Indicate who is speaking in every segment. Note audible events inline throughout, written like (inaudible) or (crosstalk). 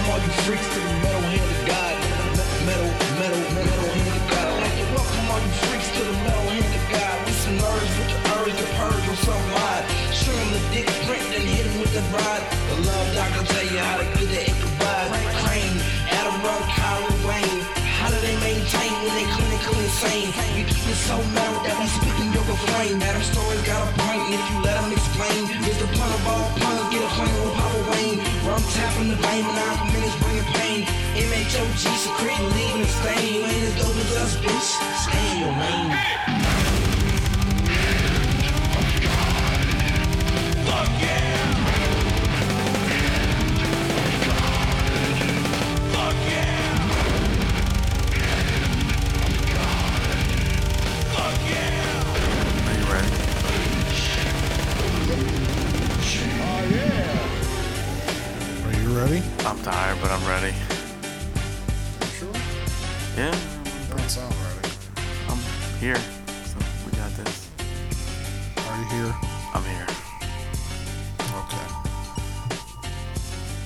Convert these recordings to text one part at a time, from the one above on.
Speaker 1: Thanks to the metal hand of God. Metal, metal, metal hand of God. I'd like to welcome all you freaks to the metal hand of God. We some nerds with the urge to purge on some mind. Show 'em the dick print and hit 'em with the rod. The love doctor tell you how to get the Ichabod. Crane, Adam Run, Kyron Wayne. How do they maintain when they clinically insane? You keep it so metal that we speaking your refrain. Adam Story got a point, and if you let 'em explain, it's the pun of all puns. Get a plan with Papa Wayne. Rum tapping the vein, nine minutes bringing pain. MHOG secreting, leaving a stain. You ain't as dope as us, bitch. Stay in your lane.
Speaker 2: Are you ready?
Speaker 3: Are you ready?
Speaker 2: I'm tired, but I'm ready.
Speaker 3: Sure.
Speaker 2: Yeah,
Speaker 3: Don't sound ready.
Speaker 2: I'm here. So we got this.
Speaker 3: Are you here?
Speaker 2: I'm here.
Speaker 3: Okay.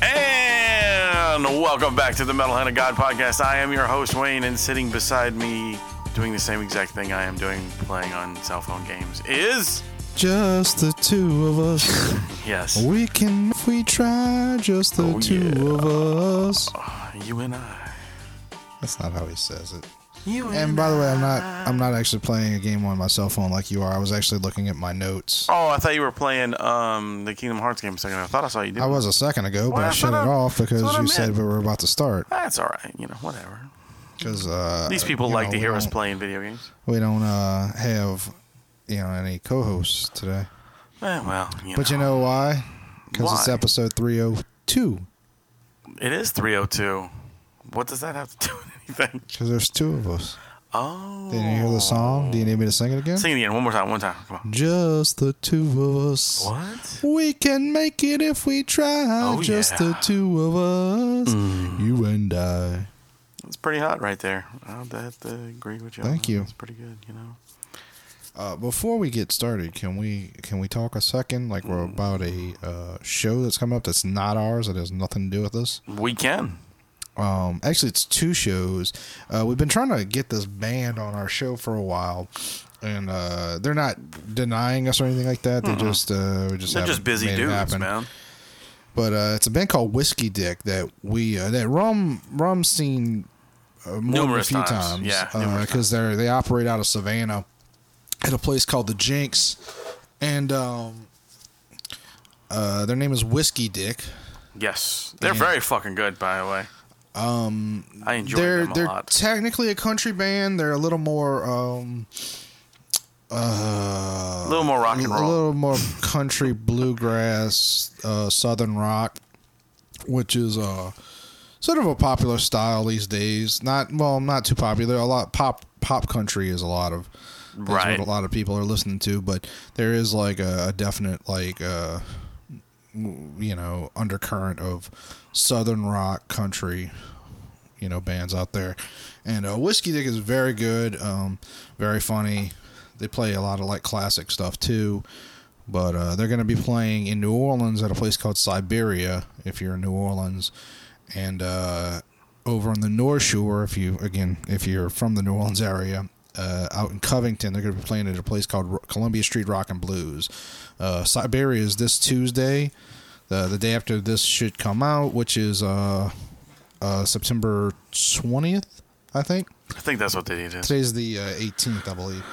Speaker 2: And welcome back to the Metal Hand of God podcast. I am your host, Wayne, and sitting beside me, doing the same exact thing I am doing, playing on cell phone games, is.
Speaker 3: Just the two of (laughs) us.
Speaker 2: Yes.
Speaker 3: we can if we try. Just the
Speaker 2: Oh,
Speaker 3: two
Speaker 2: yeah.
Speaker 3: of us.
Speaker 2: You and I.
Speaker 3: That's not how he says it.
Speaker 2: You and,
Speaker 3: And by the way, I'm not. I'm not actually playing a game on my cell phone like you are. I was actually looking at my notes.
Speaker 2: Oh, I thought you were playing um the Kingdom Hearts game a second. ago. I thought I saw you do.
Speaker 3: I was a second ago, but
Speaker 2: Well,
Speaker 3: I
Speaker 2: that's
Speaker 3: shut it
Speaker 2: what I-
Speaker 3: off because
Speaker 2: that's what I
Speaker 3: you said
Speaker 2: meant.
Speaker 3: we were about to start.
Speaker 2: That's all right. You know, whatever.
Speaker 3: Because uh,
Speaker 2: These people
Speaker 3: you
Speaker 2: like
Speaker 3: know,
Speaker 2: to
Speaker 3: we
Speaker 2: hear us
Speaker 3: don't-
Speaker 2: playing video games.
Speaker 3: We don't uh, have you know any co-hosts today,
Speaker 2: Eh, well, you
Speaker 3: but
Speaker 2: know.
Speaker 3: you know why? Because it's
Speaker 2: Why?
Speaker 3: episode 302.
Speaker 2: It is 302. What does that have to do with (laughs) anything?
Speaker 3: Because there's two of us.
Speaker 2: Oh.
Speaker 3: Did you hear the song? Do you need me to sing it again?
Speaker 2: Sing it again. One more time. One time. Come on.
Speaker 3: Just the two of us.
Speaker 2: What?
Speaker 3: We can make it if we try.
Speaker 2: Oh,
Speaker 3: Just the
Speaker 2: yeah. Mm.
Speaker 3: two of us. You and I.
Speaker 2: It's pretty hot right there. I'll have to agree with you. on
Speaker 3: Thank
Speaker 2: that.
Speaker 3: you.
Speaker 2: It's pretty good, you know.
Speaker 3: Uh, before we get started, can we can we talk a second? Like we're
Speaker 2: Mm.
Speaker 3: about a uh, show that's coming up that's not ours that has nothing to do with us.
Speaker 2: We can.
Speaker 3: Um, actually, it's two shows. Uh, we've been trying to get this band on our show for a while, and uh, they're not denying us or anything like that. They just uh, we just
Speaker 2: They're just
Speaker 3: haven't
Speaker 2: busy
Speaker 3: made it
Speaker 2: dudes,
Speaker 3: happen.
Speaker 2: man.
Speaker 3: But uh, it's a band called Whiskey Dick that we uh, that Rum Rum seen uh, more
Speaker 2: Numerous
Speaker 3: than a few
Speaker 2: times.
Speaker 3: times.
Speaker 2: Yeah, numerous
Speaker 3: because they're they operate out of Savannah at a place called the Jinx, and um, uh, their name is Whiskey Dick.
Speaker 2: Yes. They're
Speaker 3: Yeah.
Speaker 2: very fucking good, by the way. Um, I enjoy
Speaker 3: they're
Speaker 2: them a
Speaker 3: they're
Speaker 2: lot.
Speaker 3: technically a country band. They're a little more um, uh,
Speaker 2: a little more rock and
Speaker 3: a
Speaker 2: roll.
Speaker 3: little more country bluegrass, uh, southern rock, which is uh, sort of a popular style these days. Not well, not too popular. A lot pop pop country is a lot of is
Speaker 2: Right.
Speaker 3: What a lot of people are listening to, but there is like a, a definite like uh, w- you know undercurrent of southern rock country you know bands out there. And uh, Whiskey Dick is very good, um, very funny. They play a lot of like classic stuff too. But uh, they're going to be playing in New Orleans at a place called Siberia, if you're in New Orleans, and uh, over on the North Shore, if you again, if you're from the New Orleans area. Uh, out in Covington, they're going to be playing at a place called Ro- Columbia Street Rock and Blues. Uh, Siberia is this Tuesday, the the day after this should come out, which is uh, uh, September 20th, I think.
Speaker 2: I think that's what they need. is.
Speaker 3: Today's the uh, 18th, I believe.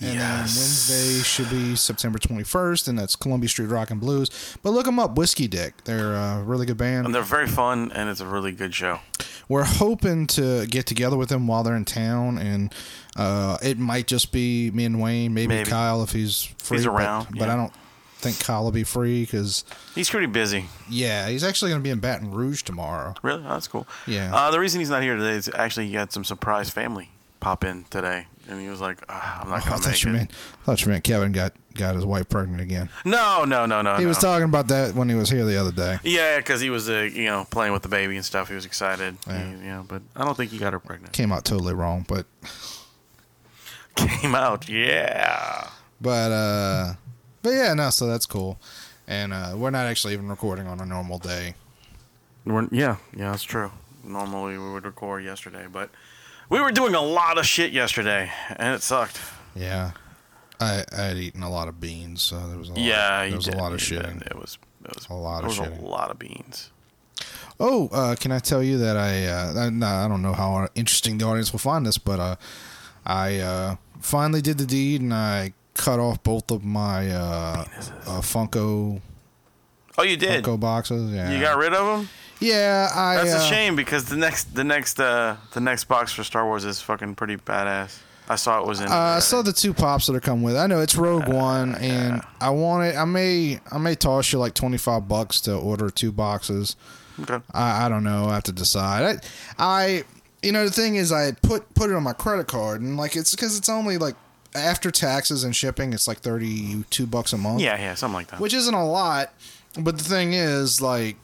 Speaker 3: And then
Speaker 2: Yes.
Speaker 3: Wednesday should be September 21st, and that's Columbia Street Rock and Blues. But look them up, Whiskey Dick. They're uh, a really good
Speaker 2: And
Speaker 3: band.
Speaker 2: they're very fun, and it's a really good show.
Speaker 3: We're hoping to get together with them while they're in town, and uh, it might just be me and Wayne, maybe,
Speaker 2: Maybe.
Speaker 3: Kyle if he's free. but-
Speaker 2: around,
Speaker 3: But,
Speaker 2: yeah.
Speaker 3: I don't think Kyle will be free because,
Speaker 2: He's pretty busy.
Speaker 3: yeah, he's actually going to be in Baton Rouge tomorrow.
Speaker 2: Really? Oh, that's cool.
Speaker 3: Yeah.
Speaker 2: Uh, the reason he's not here today is actually he had some surprise family pop in today, and he was like, "Ah, "I'm not
Speaker 3: Oh, I
Speaker 2: gonna
Speaker 3: thought
Speaker 2: make
Speaker 3: you,
Speaker 2: it."
Speaker 3: meant, I thought you meant Kevin got, got his wife pregnant again.
Speaker 2: No, no, no, no.
Speaker 3: He
Speaker 2: no.
Speaker 3: was talking about that when he was here the other day.
Speaker 2: Yeah, because he was, uh, you know, playing with the baby and stuff. He was excited.
Speaker 3: Yeah.
Speaker 2: He- you know, but I don't think he got her pregnant.
Speaker 3: Came out totally wrong, but
Speaker 2: (laughs) Came out, yeah.
Speaker 3: but uh but yeah, no, so that's cool. And uh we're not actually even recording on a normal day.
Speaker 2: We're, yeah, yeah, that's true. normally we would record yesterday, but we were doing a lot of shit yesterday, and it sucked.
Speaker 3: Yeah. I, I had eaten a lot of beans, so there was a lot,
Speaker 2: yeah, you
Speaker 3: there was
Speaker 2: did,
Speaker 3: a lot
Speaker 2: you
Speaker 3: of
Speaker 2: did.
Speaker 3: shitting.
Speaker 2: It was it was
Speaker 3: A lot
Speaker 2: it
Speaker 3: of
Speaker 2: was
Speaker 3: shitting.
Speaker 2: a lot of beans.
Speaker 3: Oh, uh, can I tell you that I, uh, I, nah, I don't know how interesting the audience will find this, but uh, I uh, finally did the deed and I cut off both of my uh, uh, Funko
Speaker 2: Oh, you did.
Speaker 3: Funko boxes. Yeah,
Speaker 2: You got rid of them.
Speaker 3: yeah. I
Speaker 2: That's
Speaker 3: uh,
Speaker 2: a shame because the next the next uh the next box for Star Wars is fucking pretty badass. I saw it was in.
Speaker 3: Uh, I saw the two pops that are coming with. it. I know it's Rogue One, and I want it. I may, I may toss you like twenty five bucks to order two boxes.
Speaker 2: Okay.
Speaker 3: I, I don't know. I have to decide. I, I, you know, the thing is, I had put put it on my credit card, and like it's because it's only like after taxes and shipping, it's like thirty two bucks a month.
Speaker 2: Yeah, yeah, something like that.
Speaker 3: which isn't a lot, but the thing is, like,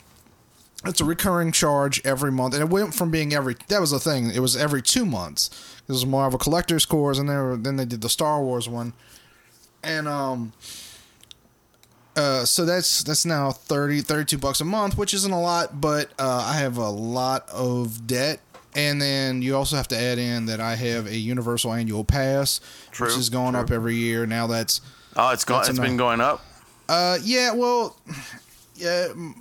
Speaker 3: it's a recurring charge every month, and it went from being every that was the thing. It was every two months. It was Marvel collector's cores, and they were, then they did the Star Wars one, and um. Uh, so that's that's now 30 32 bucks a month which isn't a lot but uh, i have a lot of debt and then you also have to add in that i have a universal annual pass which
Speaker 2: True,
Speaker 3: is going up every year now that's
Speaker 2: oh, it's gone.
Speaker 3: that's
Speaker 2: It's
Speaker 3: enough.
Speaker 2: been going up.
Speaker 3: uh, yeah, well, yeah. mm,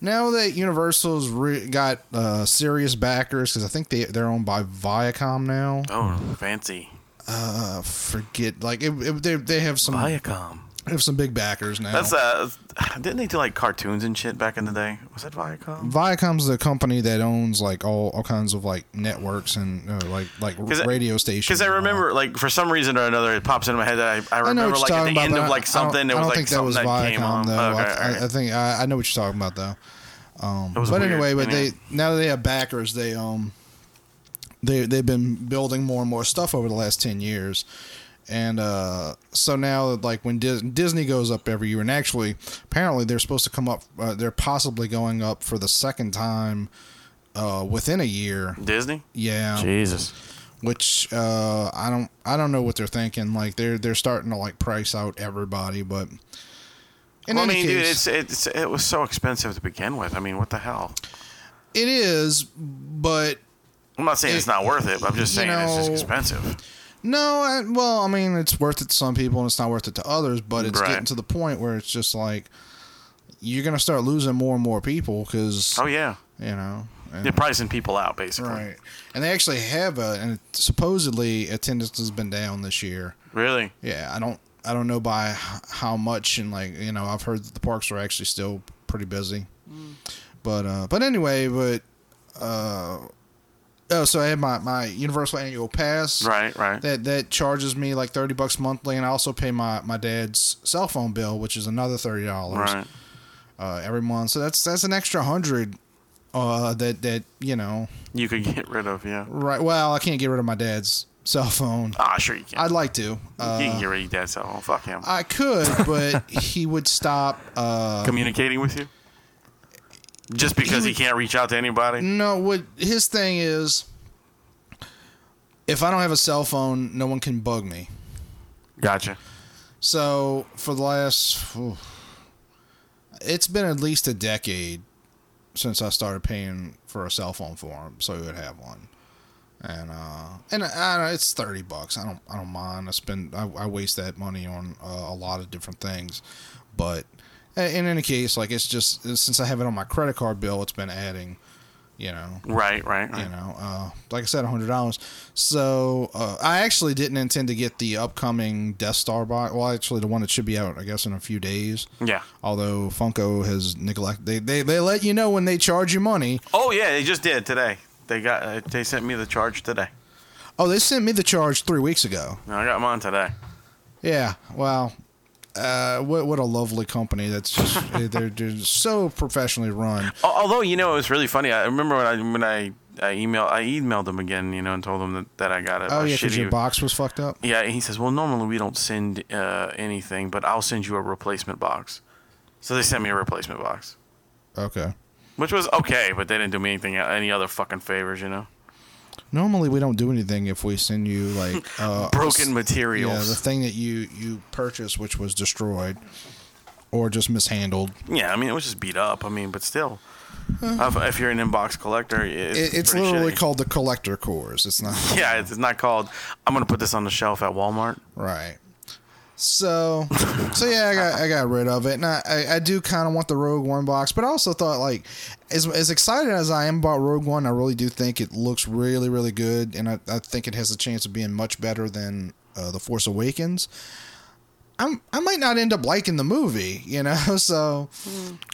Speaker 3: Now that Universal's re- got uh, serious backers, because I think they they're owned by Viacom now.
Speaker 2: Oh, fancy
Speaker 3: Uh, forget like it, it, they they have some
Speaker 2: Viacom.
Speaker 3: they have some big backers now.
Speaker 2: That's uh, didn't they do like cartoons and shit back in the day? Was that Viacom?
Speaker 3: Viacom's the company that owns like all, all kinds of like networks and uh, like like
Speaker 2: I-
Speaker 3: radio stations.
Speaker 2: Because I
Speaker 3: and all.
Speaker 2: remember, like, for some reason or another, it pops into my head that I,
Speaker 3: I
Speaker 2: I
Speaker 3: know
Speaker 2: remember,
Speaker 3: what
Speaker 2: like,
Speaker 3: you're
Speaker 2: at
Speaker 3: talking
Speaker 2: the
Speaker 3: about.
Speaker 2: end
Speaker 3: but
Speaker 2: of,
Speaker 3: I-
Speaker 2: like, something,
Speaker 3: I
Speaker 2: it
Speaker 3: don't
Speaker 2: was, like,
Speaker 3: think that
Speaker 2: something
Speaker 3: was
Speaker 2: that came
Speaker 3: Viacom
Speaker 2: on.
Speaker 3: though.
Speaker 2: Okay,
Speaker 3: I, I-
Speaker 2: alright.
Speaker 3: I think I, I know what you're talking about though.
Speaker 2: It was
Speaker 3: but
Speaker 2: weird.
Speaker 3: anyway, but
Speaker 2: Anyway.
Speaker 3: they now that they have backers, they um they they've been building more and more stuff over the last ten years, and uh, so now like when Dis- Disney goes up every year, and actually apparently they're supposed to come up, uh, they're possibly going up for the second time uh, within a year.
Speaker 2: Disney.
Speaker 3: Yeah,
Speaker 2: Jesus.
Speaker 3: which uh, I don't I don't know what they're thinking. Like they're they're starting to like price out everybody, but. In
Speaker 2: Well, I
Speaker 3: any
Speaker 2: mean,
Speaker 3: case,
Speaker 2: dude, it's, it's it was so expensive to begin with. I mean, what the hell?
Speaker 3: it is, but
Speaker 2: I'm not saying it's
Speaker 3: It-
Speaker 2: not worth it. But I'm just
Speaker 3: you
Speaker 2: saying it's just
Speaker 3: know,
Speaker 2: expensive.
Speaker 3: No, I, well, I mean, it's worth it to some people and it's not worth it to others, but it's
Speaker 2: Right.
Speaker 3: getting to the point where it's just like you're going to start losing more and more people because,
Speaker 2: Oh yeah,
Speaker 3: you know. and-
Speaker 2: they're pricing people out basically.
Speaker 3: right. And they actually have a, and supposedly attendance has been down this year.
Speaker 2: Really?
Speaker 3: Yeah, I don't, I don't know by h- how much, and like, you know, I've heard that the parks are actually still pretty busy. But, uh, but anyway, but, uh, oh, so I had my, my Universal Annual Pass.
Speaker 2: Right, right.
Speaker 3: that that charges me like 30 bucks monthly and i also pay my my dad's cell phone bill which is another $30
Speaker 2: right.
Speaker 3: uh, every month so that's that's an extra 100 uh that that you know
Speaker 2: You could get rid of, yeah.
Speaker 3: right well i can't get rid of my dad's cell phone
Speaker 2: Ah, sure you can.
Speaker 3: i'd like to
Speaker 2: you can
Speaker 3: uh,
Speaker 2: get rid of your dad's cell phone. Fuck him.
Speaker 3: i could but (laughs) he would stop uh
Speaker 2: Communicating with you? Just because he,
Speaker 3: would-
Speaker 2: can't reach out to anybody?
Speaker 3: no what his thing is if i don't have a cell phone no one can bug me
Speaker 2: Gotcha.
Speaker 3: So for the last, oof, it's been at least a decade since I started paying for a cell phone for him, so he would have one. And uh, and I, I, it's thirty bucks. I don't I don't mind. I spend I, I waste that money on uh, a lot of different things, but a- in any case, like it's just since I have it on my credit card bill, it's been adding, you know
Speaker 2: Right, right, right.
Speaker 3: you know uh, like i said $100 so uh, i actually didn't intend to get the upcoming death star box well actually the one that should be out i guess in a few days
Speaker 2: Yeah.
Speaker 3: although funko has neglected they, they, they let you know when they charge you money
Speaker 2: Oh, yeah, they just did today. They got uh, they sent me the charge today.
Speaker 3: oh they sent me the charge three weeks ago
Speaker 2: I got mine today.
Speaker 3: yeah wow uh, what, what a lovely company that's just (laughs) they're, they're so professionally run
Speaker 2: Al- Although you know it was really funny. I remember when I when I, I emailed I emailed them again, you know, and told them that, that I got it.
Speaker 3: oh yeah because your box was fucked up
Speaker 2: Yeah, and he says, "Well, normally we don't send uh, anything, but I'll send you a replacement box." So they sent me a replacement box,
Speaker 3: okay
Speaker 2: which was okay, but they didn't do me anything uh, any other fucking favors, you know.
Speaker 3: normally we don't do anything if we send you like uh,
Speaker 2: Broken
Speaker 3: Yeah, the
Speaker 2: materials.
Speaker 3: thing that you you purchased, which was destroyed or just mishandled.
Speaker 2: Yeah, I mean it was just beat up. I mean, but still, If- if you're an inbox collector, it's,
Speaker 3: Hmm. It, it's
Speaker 2: pretty
Speaker 3: literally
Speaker 2: shitty.
Speaker 3: called the collector cores. It's not
Speaker 2: (laughs)
Speaker 3: (laughs)
Speaker 2: Yeah, it's not called. I'm gonna put this on the shelf at Walmart.
Speaker 3: Right. So, so yeah, I got I got rid of it, and I I, I do kind of want the Rogue One box, but I also thought like as as excited as I am about Rogue One, I really do think it looks really really good, and I, I think it has a chance of being much better than uh, the Force Awakens. I'm I might not end up liking the movie, you know. (laughs) So,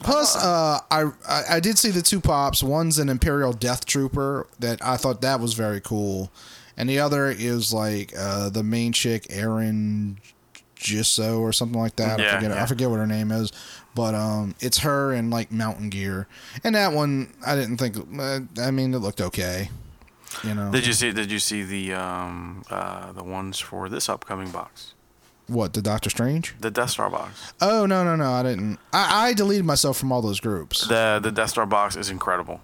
Speaker 3: plus,
Speaker 2: Uh-huh.
Speaker 3: uh, I, I I did see the two pops. One's an Imperial Death Trooper that I thought that was very cool, and the other is like uh, the main chick, Erin Gisso or something like that. I
Speaker 2: Yeah,
Speaker 3: forget
Speaker 2: yeah.
Speaker 3: I forget what her name is, but um, it's her in like mountain gear, and that one I didn't think. Uh, I mean, it looked okay, you know.
Speaker 2: Did you see? Did you see the um uh the ones for this upcoming box,
Speaker 3: what the Doctor Strange?
Speaker 2: the Death Star box?
Speaker 3: Oh no no no! I didn't. I, I deleted myself from all those groups.
Speaker 2: The the Death Star box is incredible.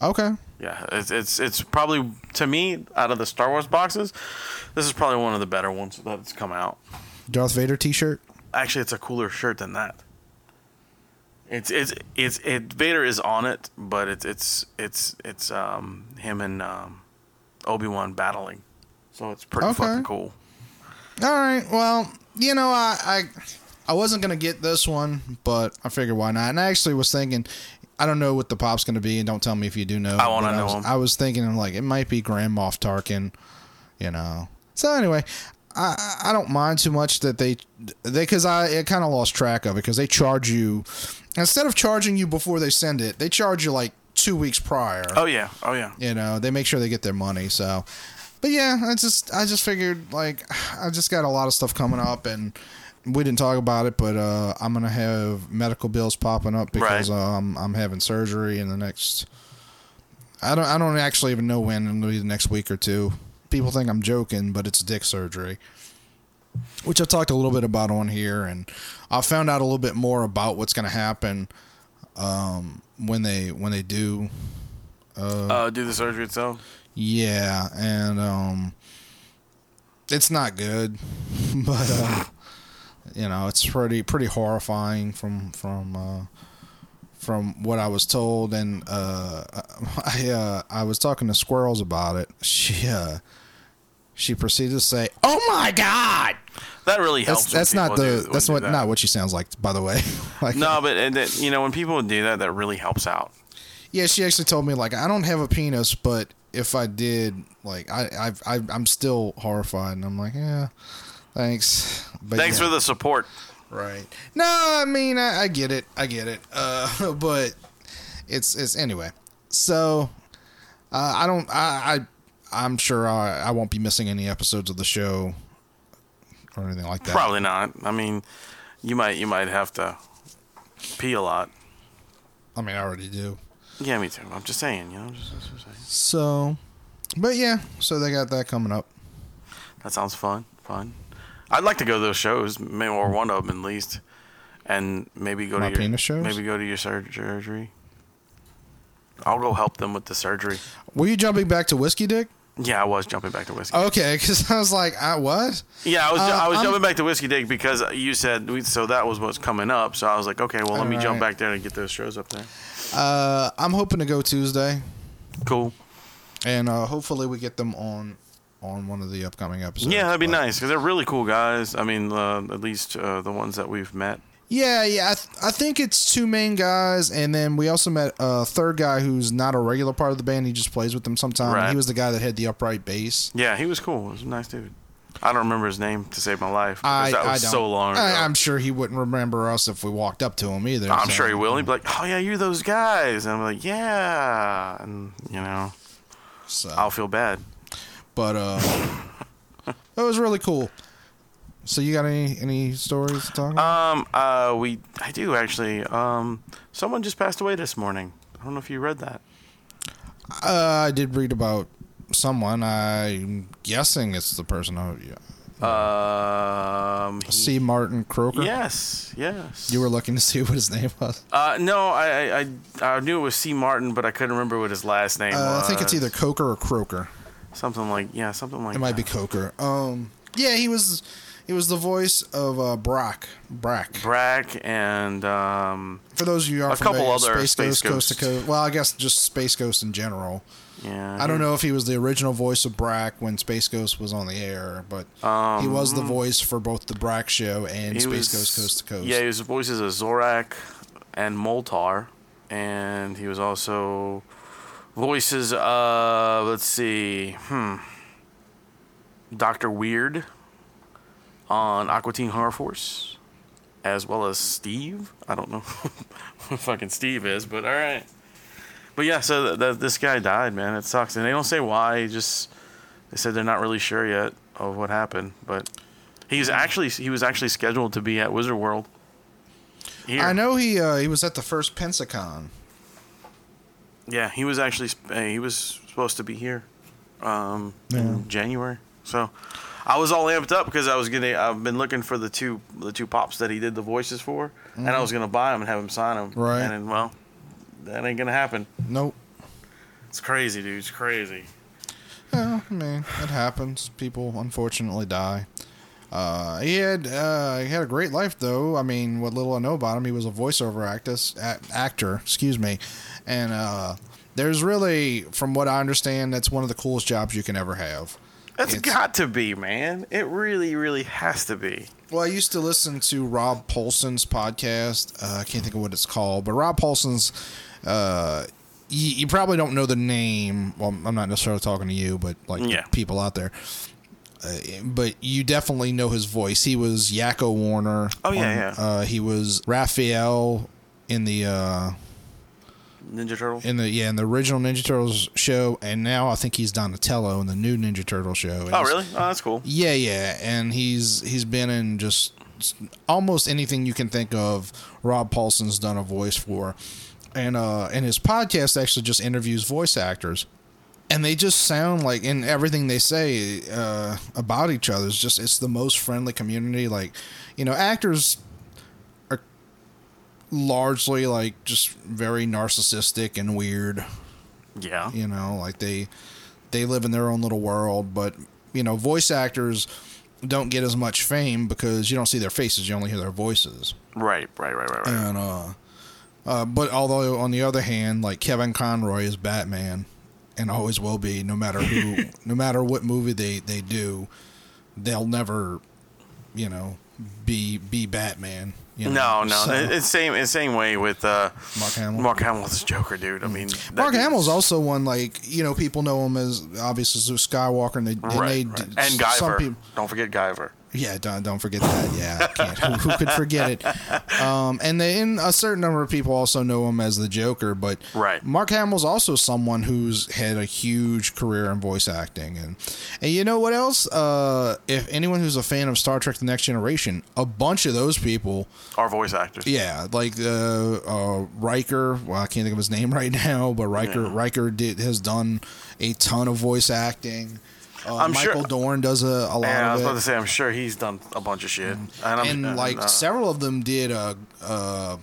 Speaker 3: Okay.
Speaker 2: Yeah, it's it's it's probably to me out of the Star Wars boxes, this is probably one of the better ones that's come out.
Speaker 3: Darth Vader T-shirt.
Speaker 2: Actually, it's a cooler shirt than that. It's it's it's it. Vader is on it, but it's it's it's it's um him and um Obi Wan battling, so it's pretty
Speaker 3: Okay.
Speaker 2: fucking cool.
Speaker 3: All right. Well, you know, I, I I wasn't gonna get this one, but I figured why not. And I actually was thinking, I don't know what the pop's gonna be, and don't tell me if you do know.
Speaker 2: I wanna
Speaker 3: but
Speaker 2: know
Speaker 3: was-
Speaker 2: him.
Speaker 3: I was thinking, I'm like, it might be Grand Moff Tarkin, you know. So anyway. I, I I don't mind too much that they they because I, I kind of lost track of it because they charge you instead of charging you before they send it they charge you like two weeks prior
Speaker 2: Oh yeah, oh yeah.
Speaker 3: you know they make sure they get their money so but yeah i just i just figured like i just got a lot of stuff coming up and we didn't talk about it but uh i'm gonna have medical bills popping up because
Speaker 2: Right.
Speaker 3: um i'm having surgery in the next i don't i don't actually even know when it'll be the next week or two people think i'm joking but it's dick surgery which I've talked a little bit about on here, and I found out a little bit more about what's going to happen um, when they when they do
Speaker 2: Uh, do the surgery itself.
Speaker 3: Yeah, and um, it's not good, (laughs) but uh, you know it's pretty pretty horrifying from from uh, from what I was told, and uh, (laughs) I uh, I was talking to squirrels about it. (laughs) She uh, she proceeded to say, "Oh my god!"
Speaker 2: That really helps.
Speaker 3: That's
Speaker 2: when
Speaker 3: that's not
Speaker 2: people do-
Speaker 3: the
Speaker 2: when
Speaker 3: that's
Speaker 2: do
Speaker 3: what
Speaker 2: that.
Speaker 3: not what she sounds like, by the way. (laughs) like,
Speaker 2: No, but and that, you know when people do that, that really helps out.
Speaker 3: Yeah, she actually told me like I don't have a penis, but if I did, like I I, I I'm still horrified, and I'm like, yeah, thanks. But
Speaker 2: Thanks
Speaker 3: yeah.
Speaker 2: for the support.
Speaker 3: right. No, I mean I, I get it, I get it. Uh, (laughs) but it's it's anyway. So uh, I don't I, I I'm sure I I won't be missing any episodes of the show or anything like that.
Speaker 2: Probably not. I mean, you might you might have to pee a lot.
Speaker 3: I mean I already do.
Speaker 2: Yeah, me too. I'm just saying. You know, just, just- just saying.
Speaker 3: So, but yeah, so they got that coming up.
Speaker 2: that sounds fun. Fun. I'd like to go to those shows, may- or one of them at least, and maybe go
Speaker 3: My
Speaker 2: to your
Speaker 3: penis shows?
Speaker 2: maybe go to your sur- surgery. I'll go help them with the surgery.
Speaker 3: Were you jumping back to whiskey dick?
Speaker 2: Yeah, I was jumping back to whiskey.
Speaker 3: Okay, (laughs) because I was like, I what?
Speaker 2: Yeah, I was ju-
Speaker 3: Oh, Uh,
Speaker 2: I was
Speaker 3: I'm-
Speaker 2: jumping back to Whiskey Dick because you said we, so that was what's coming up. So I was like, okay, well, let me jump
Speaker 3: Alright.
Speaker 2: back there and get those shows up there.
Speaker 3: Uh, I'm hoping to go Tuesday,
Speaker 2: Cool.
Speaker 3: and uh, hopefully we get them on on one of the upcoming episodes.
Speaker 2: Yeah, that'd be
Speaker 3: but-
Speaker 2: nice because they're really cool guys. I mean, uh, at least uh, the ones that we've met.
Speaker 3: Yeah, yeah. I, th- I think it's two main guys, and then we also met a third guy who's not a regular part of the band. He just plays with them sometimes.
Speaker 2: Right.
Speaker 3: He was the guy that had the upright bass.
Speaker 2: Yeah, he was cool. He was a nice dude. I don't remember his name to save my life. 'cause
Speaker 3: I,
Speaker 2: that was
Speaker 3: I don't,
Speaker 2: so long ago.
Speaker 3: I,
Speaker 2: I,
Speaker 3: I'm sure he wouldn't remember us if we walked up to him either.
Speaker 2: am
Speaker 3: so-
Speaker 2: sure he will. He'd be like, "Oh yeah, you're those guys," and I'm like, "Yeah," and you know,
Speaker 3: So.
Speaker 2: I'll feel bad.
Speaker 3: but
Speaker 2: (laughs)
Speaker 3: uh, it was really cool. So you got any any stories to talk about?
Speaker 2: Um, uh, we, I do actually. Um, someone just passed away this morning. I don't know if you read that.
Speaker 3: Uh, I did read about someone. I'm guessing it's the person. I, yeah.
Speaker 2: Um, he-
Speaker 3: C. Martin Croker.
Speaker 2: yes, yes.
Speaker 3: You were looking to see what his name was.
Speaker 2: Uh, no, I, I- I, I knew it was C. Martin, but I couldn't remember what his last name
Speaker 3: Uh,
Speaker 2: was.
Speaker 3: I think it's either Coker or Croker.
Speaker 2: something like yeah, something like.
Speaker 3: It might
Speaker 2: that.
Speaker 3: be Coker. Um, yeah, he was. He was the voice of uh, Brock. Brock.
Speaker 2: Brack and um,
Speaker 3: For those of you who aren't
Speaker 2: A couple
Speaker 3: familiar,
Speaker 2: other Space
Speaker 3: Coast to
Speaker 2: Ghosts.
Speaker 3: Coast. Well, I guess just Space Ghost in general.
Speaker 2: yeah,
Speaker 3: I don't know if he was the original voice of Brack when Space Ghost was on the air, but he was the voice for both the Brack show and
Speaker 2: Um, he
Speaker 3: Space
Speaker 2: was-
Speaker 3: Ghost Coast to Coast.
Speaker 2: Yeah, he was the voices of Zorak and Moltar, and he was also voices of let's see, hmm, Doctor Weird on Aqua Teen Hunger Force, as well as Steve. I don't know (laughs) who fucking Steve is, but all right. But yeah, so th- th- this guy died, man. It sucks, and they don't say why. it Just they said they're not really sure yet of what happened, but He's actually he was actually scheduled to be at Wizard World. Here.
Speaker 3: I know he uh, he was at the first Pensacon.
Speaker 2: Yeah, he was actually sp- uh, he was supposed to be here um, in January. So I was all amped up because I was gonna I've been looking for the two the two pops that he did the voices for, and I was gonna buy them and have him sign them.
Speaker 3: Mm-hmm. Right.
Speaker 2: And then, well, that ain't gonna happen.
Speaker 3: Nope.
Speaker 2: It's crazy, dude. It's crazy.
Speaker 3: Yeah, I mean, it happens. People unfortunately die. Uh, he had uh, he had a great life though. I mean, what little I know about him, he was a voiceover actus, a- actor, excuse me, and uh, there's really, from what I understand, that's one of the coolest jobs you can ever have.
Speaker 2: That's
Speaker 3: It's-
Speaker 2: got to be, man. It really, really has to be.
Speaker 3: Well, I used to listen to Rob Paulson's podcast. Uh, I can't think of what it's called, but Rob Paulson's. Uh, you, you probably don't know the name. Well, I'm not necessarily talking to you, but like
Speaker 2: Yeah.
Speaker 3: people out there. Uh, but you definitely know his voice. He was Yakko Warner.
Speaker 2: Oh, yeah, yeah.
Speaker 3: Uh, he was Raphael in the uh,
Speaker 2: Ninja Turtle.
Speaker 3: in the yeah in the original Ninja Turtles show, and now I think he's Donatello in the new Ninja Turtle show. And
Speaker 2: oh,
Speaker 3: he's-
Speaker 2: really? Oh, that's cool.
Speaker 3: yeah, yeah, and he's he's been in just almost anything you can think of. Rob Paulson's done a voice for, and uh, and his podcast actually just interviews voice actors, and they just sound like in everything they say uh, about each other is just it's the most friendly community. Like, you know, actors are largely like just very narcissistic and weird
Speaker 2: Yeah.
Speaker 3: you know like they they live in their own little world but you know voice actors don't get as much fame because you don't see their faces you only hear their voices
Speaker 2: Right. Right. Right. Right. Right.
Speaker 3: and uh, uh but although on the other hand like kevin conroy is batman and always will be no matter who no matter what movie they they do they'll never you know be be batman you know?
Speaker 2: No, no,
Speaker 3: So-
Speaker 2: it- it's same it's same way with uh,
Speaker 3: Mark Hamill. Mm.
Speaker 2: Mark Hamill's Joker, dude. I mean, that
Speaker 3: Mark
Speaker 2: dude's-
Speaker 3: Hamill's also one like you know people know him as obviously Luke Skywalker and they and,
Speaker 2: right,
Speaker 3: they,
Speaker 2: right.
Speaker 3: d-
Speaker 2: and
Speaker 3: s- some
Speaker 2: Guyver.
Speaker 3: peop-
Speaker 2: Don't forget Guyver.
Speaker 3: yeah don't, don't forget that yeah I can't. who, who could forget
Speaker 2: (laughs)
Speaker 3: it um, and then a certain number of people also know him as the Joker but
Speaker 2: Right.
Speaker 3: Mark Hamill's also someone who's had a huge career in voice acting and and you know what else uh, if anyone who's a fan of Star Trek the Next Generation a bunch of those people
Speaker 2: Our voice actors.
Speaker 3: yeah, like uh, uh, Riker. Well, I can't think of his name (laughs) right now, but Riker Riker did, has done a ton of voice acting. Uh,
Speaker 2: I'm sure-
Speaker 3: Michael Dorn does a, a lot
Speaker 2: Yeah, I was
Speaker 3: of it,
Speaker 2: about to say, I'm sure he's done a bunch of shit. And, I'm,
Speaker 3: Mm-hmm. and like
Speaker 2: uh,
Speaker 3: several of them did uh, uh,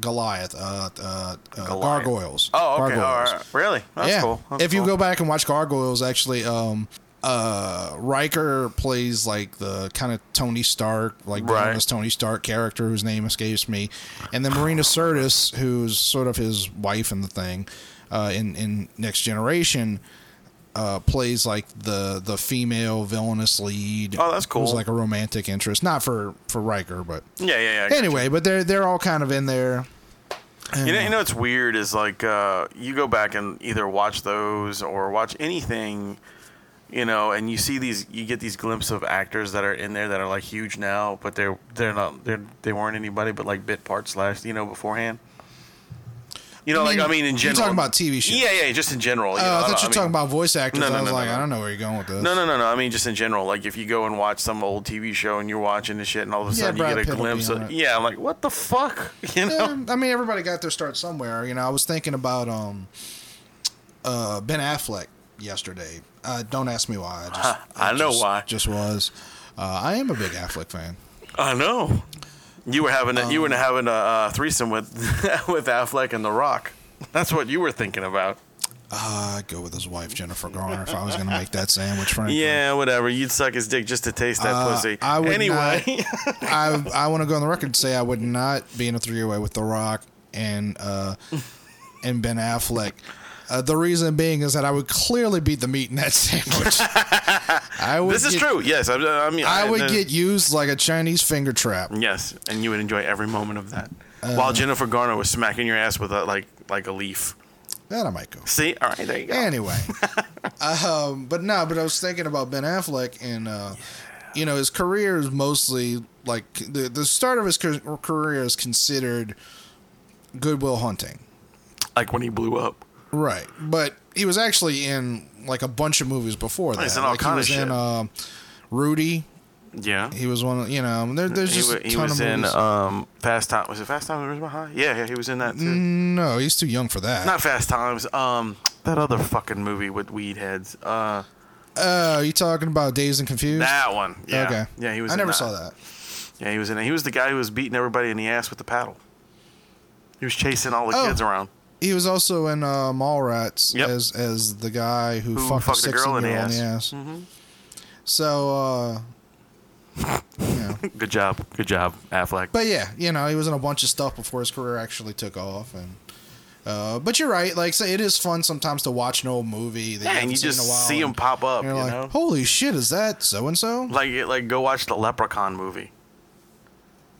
Speaker 3: Goliath, uh, uh, uh,
Speaker 2: Goliath.
Speaker 3: gargoyles.
Speaker 2: oh, okay,
Speaker 3: gargoyles.
Speaker 2: all right, really? That's
Speaker 3: yeah,
Speaker 2: cool. That's
Speaker 3: if you
Speaker 2: cool.
Speaker 3: go back and watch Gargoyles, actually, um, uh, Riker plays like the kind of Tony Stark, like
Speaker 2: Right.
Speaker 3: villainous Tony Stark character whose name escapes me, and then Marina Sirtis, who's sort of his wife in the thing, uh, in in Next Generation. Uh, plays like the the female villainous lead.
Speaker 2: Oh, that's
Speaker 3: Who's
Speaker 2: cool.
Speaker 3: like a romantic interest, not for for Riker, but
Speaker 2: yeah, yeah, yeah. I gotcha.
Speaker 3: anyway. But they're they're all kind of in there.
Speaker 2: You know, you know what's weird is like uh, you go back and either watch those or watch anything, you know, and you see these, you get these glimpses of actors that are in there that are like huge now, but they're they're not they're they weren't anybody but like bit parts last, you know, beforehand. You know,
Speaker 3: I mean,
Speaker 2: like I mean, in
Speaker 3: you're
Speaker 2: general,
Speaker 3: talking about TV shows.
Speaker 2: Yeah, yeah, just in general.
Speaker 3: Oh,
Speaker 2: know,
Speaker 3: I
Speaker 2: don't-
Speaker 3: thought you were
Speaker 2: mean-
Speaker 3: talking about voice actors.
Speaker 2: No, no,
Speaker 3: I was
Speaker 2: no, no,
Speaker 3: like,
Speaker 2: no.
Speaker 3: I don't know where you're going with this.
Speaker 2: No, no, no, no. I mean, just in general. Like, if you go and watch some old TV show and you're watching this shit, and all of a
Speaker 3: Yeah,
Speaker 2: sudden
Speaker 3: Brad
Speaker 2: you
Speaker 3: Pitt
Speaker 2: get a
Speaker 3: will be
Speaker 2: glimpse
Speaker 3: on
Speaker 2: of,
Speaker 3: it.
Speaker 2: yeah, I'm like, what the fuck? (laughs) You know?
Speaker 3: Yeah, I mean, everybody got their start somewhere. You know, I was thinking about um, uh, Ben Affleck yesterday. Uh, don't ask me why. I, just,
Speaker 2: (laughs) I know
Speaker 3: just-
Speaker 2: why.
Speaker 3: Just was. Uh, I am a big Affleck fan.
Speaker 2: I know. You were having a, you
Speaker 3: Um,
Speaker 2: were (laughs) having a uh, threesome with with Affleck and The Rock. That's what you were thinking about.
Speaker 3: Uh, I'd go with his wife Jennifer Garner if I was going to make that sandwich. Frankly,
Speaker 2: (laughs) Yeah, whatever. You'd suck his dick just to taste that
Speaker 3: Uh,
Speaker 2: pussy.
Speaker 3: I would
Speaker 2: anyway, (laughs)
Speaker 3: not- I I want to go on the record and say I would not be in a three way with The Rock and uh and Ben Affleck. Uh, the reason being is that I would clearly beat the meat in that sandwich. I would
Speaker 2: this is
Speaker 3: get-
Speaker 2: true. Yes, I, I mean,
Speaker 3: I would
Speaker 2: there's-
Speaker 3: get used like a Chinese finger trap.
Speaker 2: Yes, and you would enjoy every moment of that.
Speaker 3: Uh,
Speaker 2: While Jennifer Garner was smacking your ass with a, like like a leaf.
Speaker 3: That I might go.
Speaker 2: See, all right, there you go. (laughs)
Speaker 3: Anyway, um, but no, but I was thinking about Ben Affleck, and uh, you know his career is mostly like the the start of his car- career is considered Goodwill Hunting,
Speaker 2: like when he blew up.
Speaker 3: right? But he was actually in like a bunch of movies before that.
Speaker 2: He's in all
Speaker 3: like,
Speaker 2: kinda
Speaker 3: he was
Speaker 2: shit.
Speaker 3: in um Rudy.
Speaker 2: Yeah,
Speaker 3: He was one. Of, you know, there, there's
Speaker 2: he,
Speaker 3: just
Speaker 2: wa-
Speaker 3: a
Speaker 2: he
Speaker 3: ton
Speaker 2: was
Speaker 3: of
Speaker 2: in
Speaker 3: movies.
Speaker 2: um, Fast Time. Was it Fast Time? Was High? Yeah, yeah, he was in that too.
Speaker 3: no, he's too young for that.
Speaker 2: Not Fast Times. Um, that other fucking movie with weed heads. Uh,
Speaker 3: uh, you talking about Dazed and Confused?
Speaker 2: that one. Yeah.
Speaker 3: Okay.
Speaker 2: Yeah, he was.
Speaker 3: I
Speaker 2: in
Speaker 3: never saw that.
Speaker 2: Yeah, he was in. it. He was the guy who was beating everybody in the ass with the paddle. He was chasing all the
Speaker 3: Oh.
Speaker 2: kids around.
Speaker 3: He was also in uh, Mallrats
Speaker 2: Yep.
Speaker 3: as as the guy who,
Speaker 2: Who
Speaker 3: fucked,
Speaker 2: fucked
Speaker 3: a
Speaker 2: the girl in the
Speaker 3: sixteen-year-old in the ass.
Speaker 2: ass. Mm-hmm.
Speaker 3: So, uh, you know.
Speaker 2: Good job, good job, Affleck.
Speaker 3: but yeah, you know, he was in a bunch of stuff before his career actually took off. And uh, but you're right, like so it is fun sometimes to watch an old movie that
Speaker 2: yeah,
Speaker 3: you
Speaker 2: and you
Speaker 3: haven't seen in a while
Speaker 2: just see him
Speaker 3: and
Speaker 2: pop up. You
Speaker 3: You're like,
Speaker 2: know,
Speaker 3: holy shit, is that so and so?
Speaker 2: like like go watch the Leprechaun movie,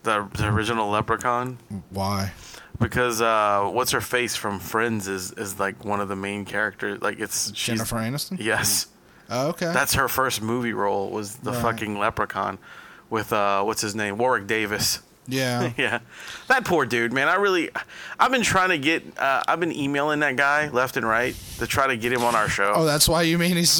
Speaker 2: the the original Leprechaun,
Speaker 3: Why?
Speaker 2: because uh, what's her face from Friends is is like one of the main characters. Like it's she's,
Speaker 3: Jennifer Aniston.
Speaker 2: Yes,
Speaker 3: Oh, okay.
Speaker 2: that's her first movie role was the
Speaker 3: Right.
Speaker 2: fucking Leprechaun, with uh, what's his name Warwick Davis. (laughs)
Speaker 3: yeah.
Speaker 2: yeah, that poor dude, man. I really, I've been trying to get, uh, I've been emailing that guy left and right to try to get him on our show.
Speaker 3: Oh, that's why you mean he's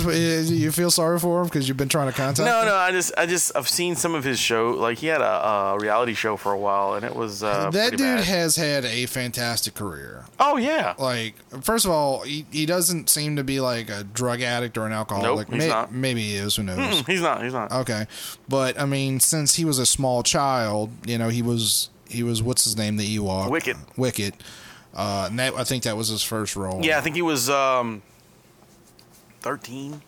Speaker 3: you feel sorry for him because you've been trying to contact.
Speaker 2: no,
Speaker 3: him?
Speaker 2: no, I just, I just, I've seen some of his show. Like he had a, uh reality show for a while, and it was uh,
Speaker 3: that
Speaker 2: pretty
Speaker 3: dude
Speaker 2: bad.
Speaker 3: has had a fantastic career.
Speaker 2: oh yeah, (clears throat)
Speaker 3: like first of all he, he doesn't seem to be like a drug addict or an alcoholic
Speaker 2: he's not.
Speaker 3: maybe he is who knows
Speaker 2: he's not, he's not.
Speaker 3: okay but i mean since he was a small child you know he was he was what's his name the ewok
Speaker 2: Wicket.
Speaker 3: wicket uh and that i think that was his first role
Speaker 2: yeah, I think he was um, thirteen.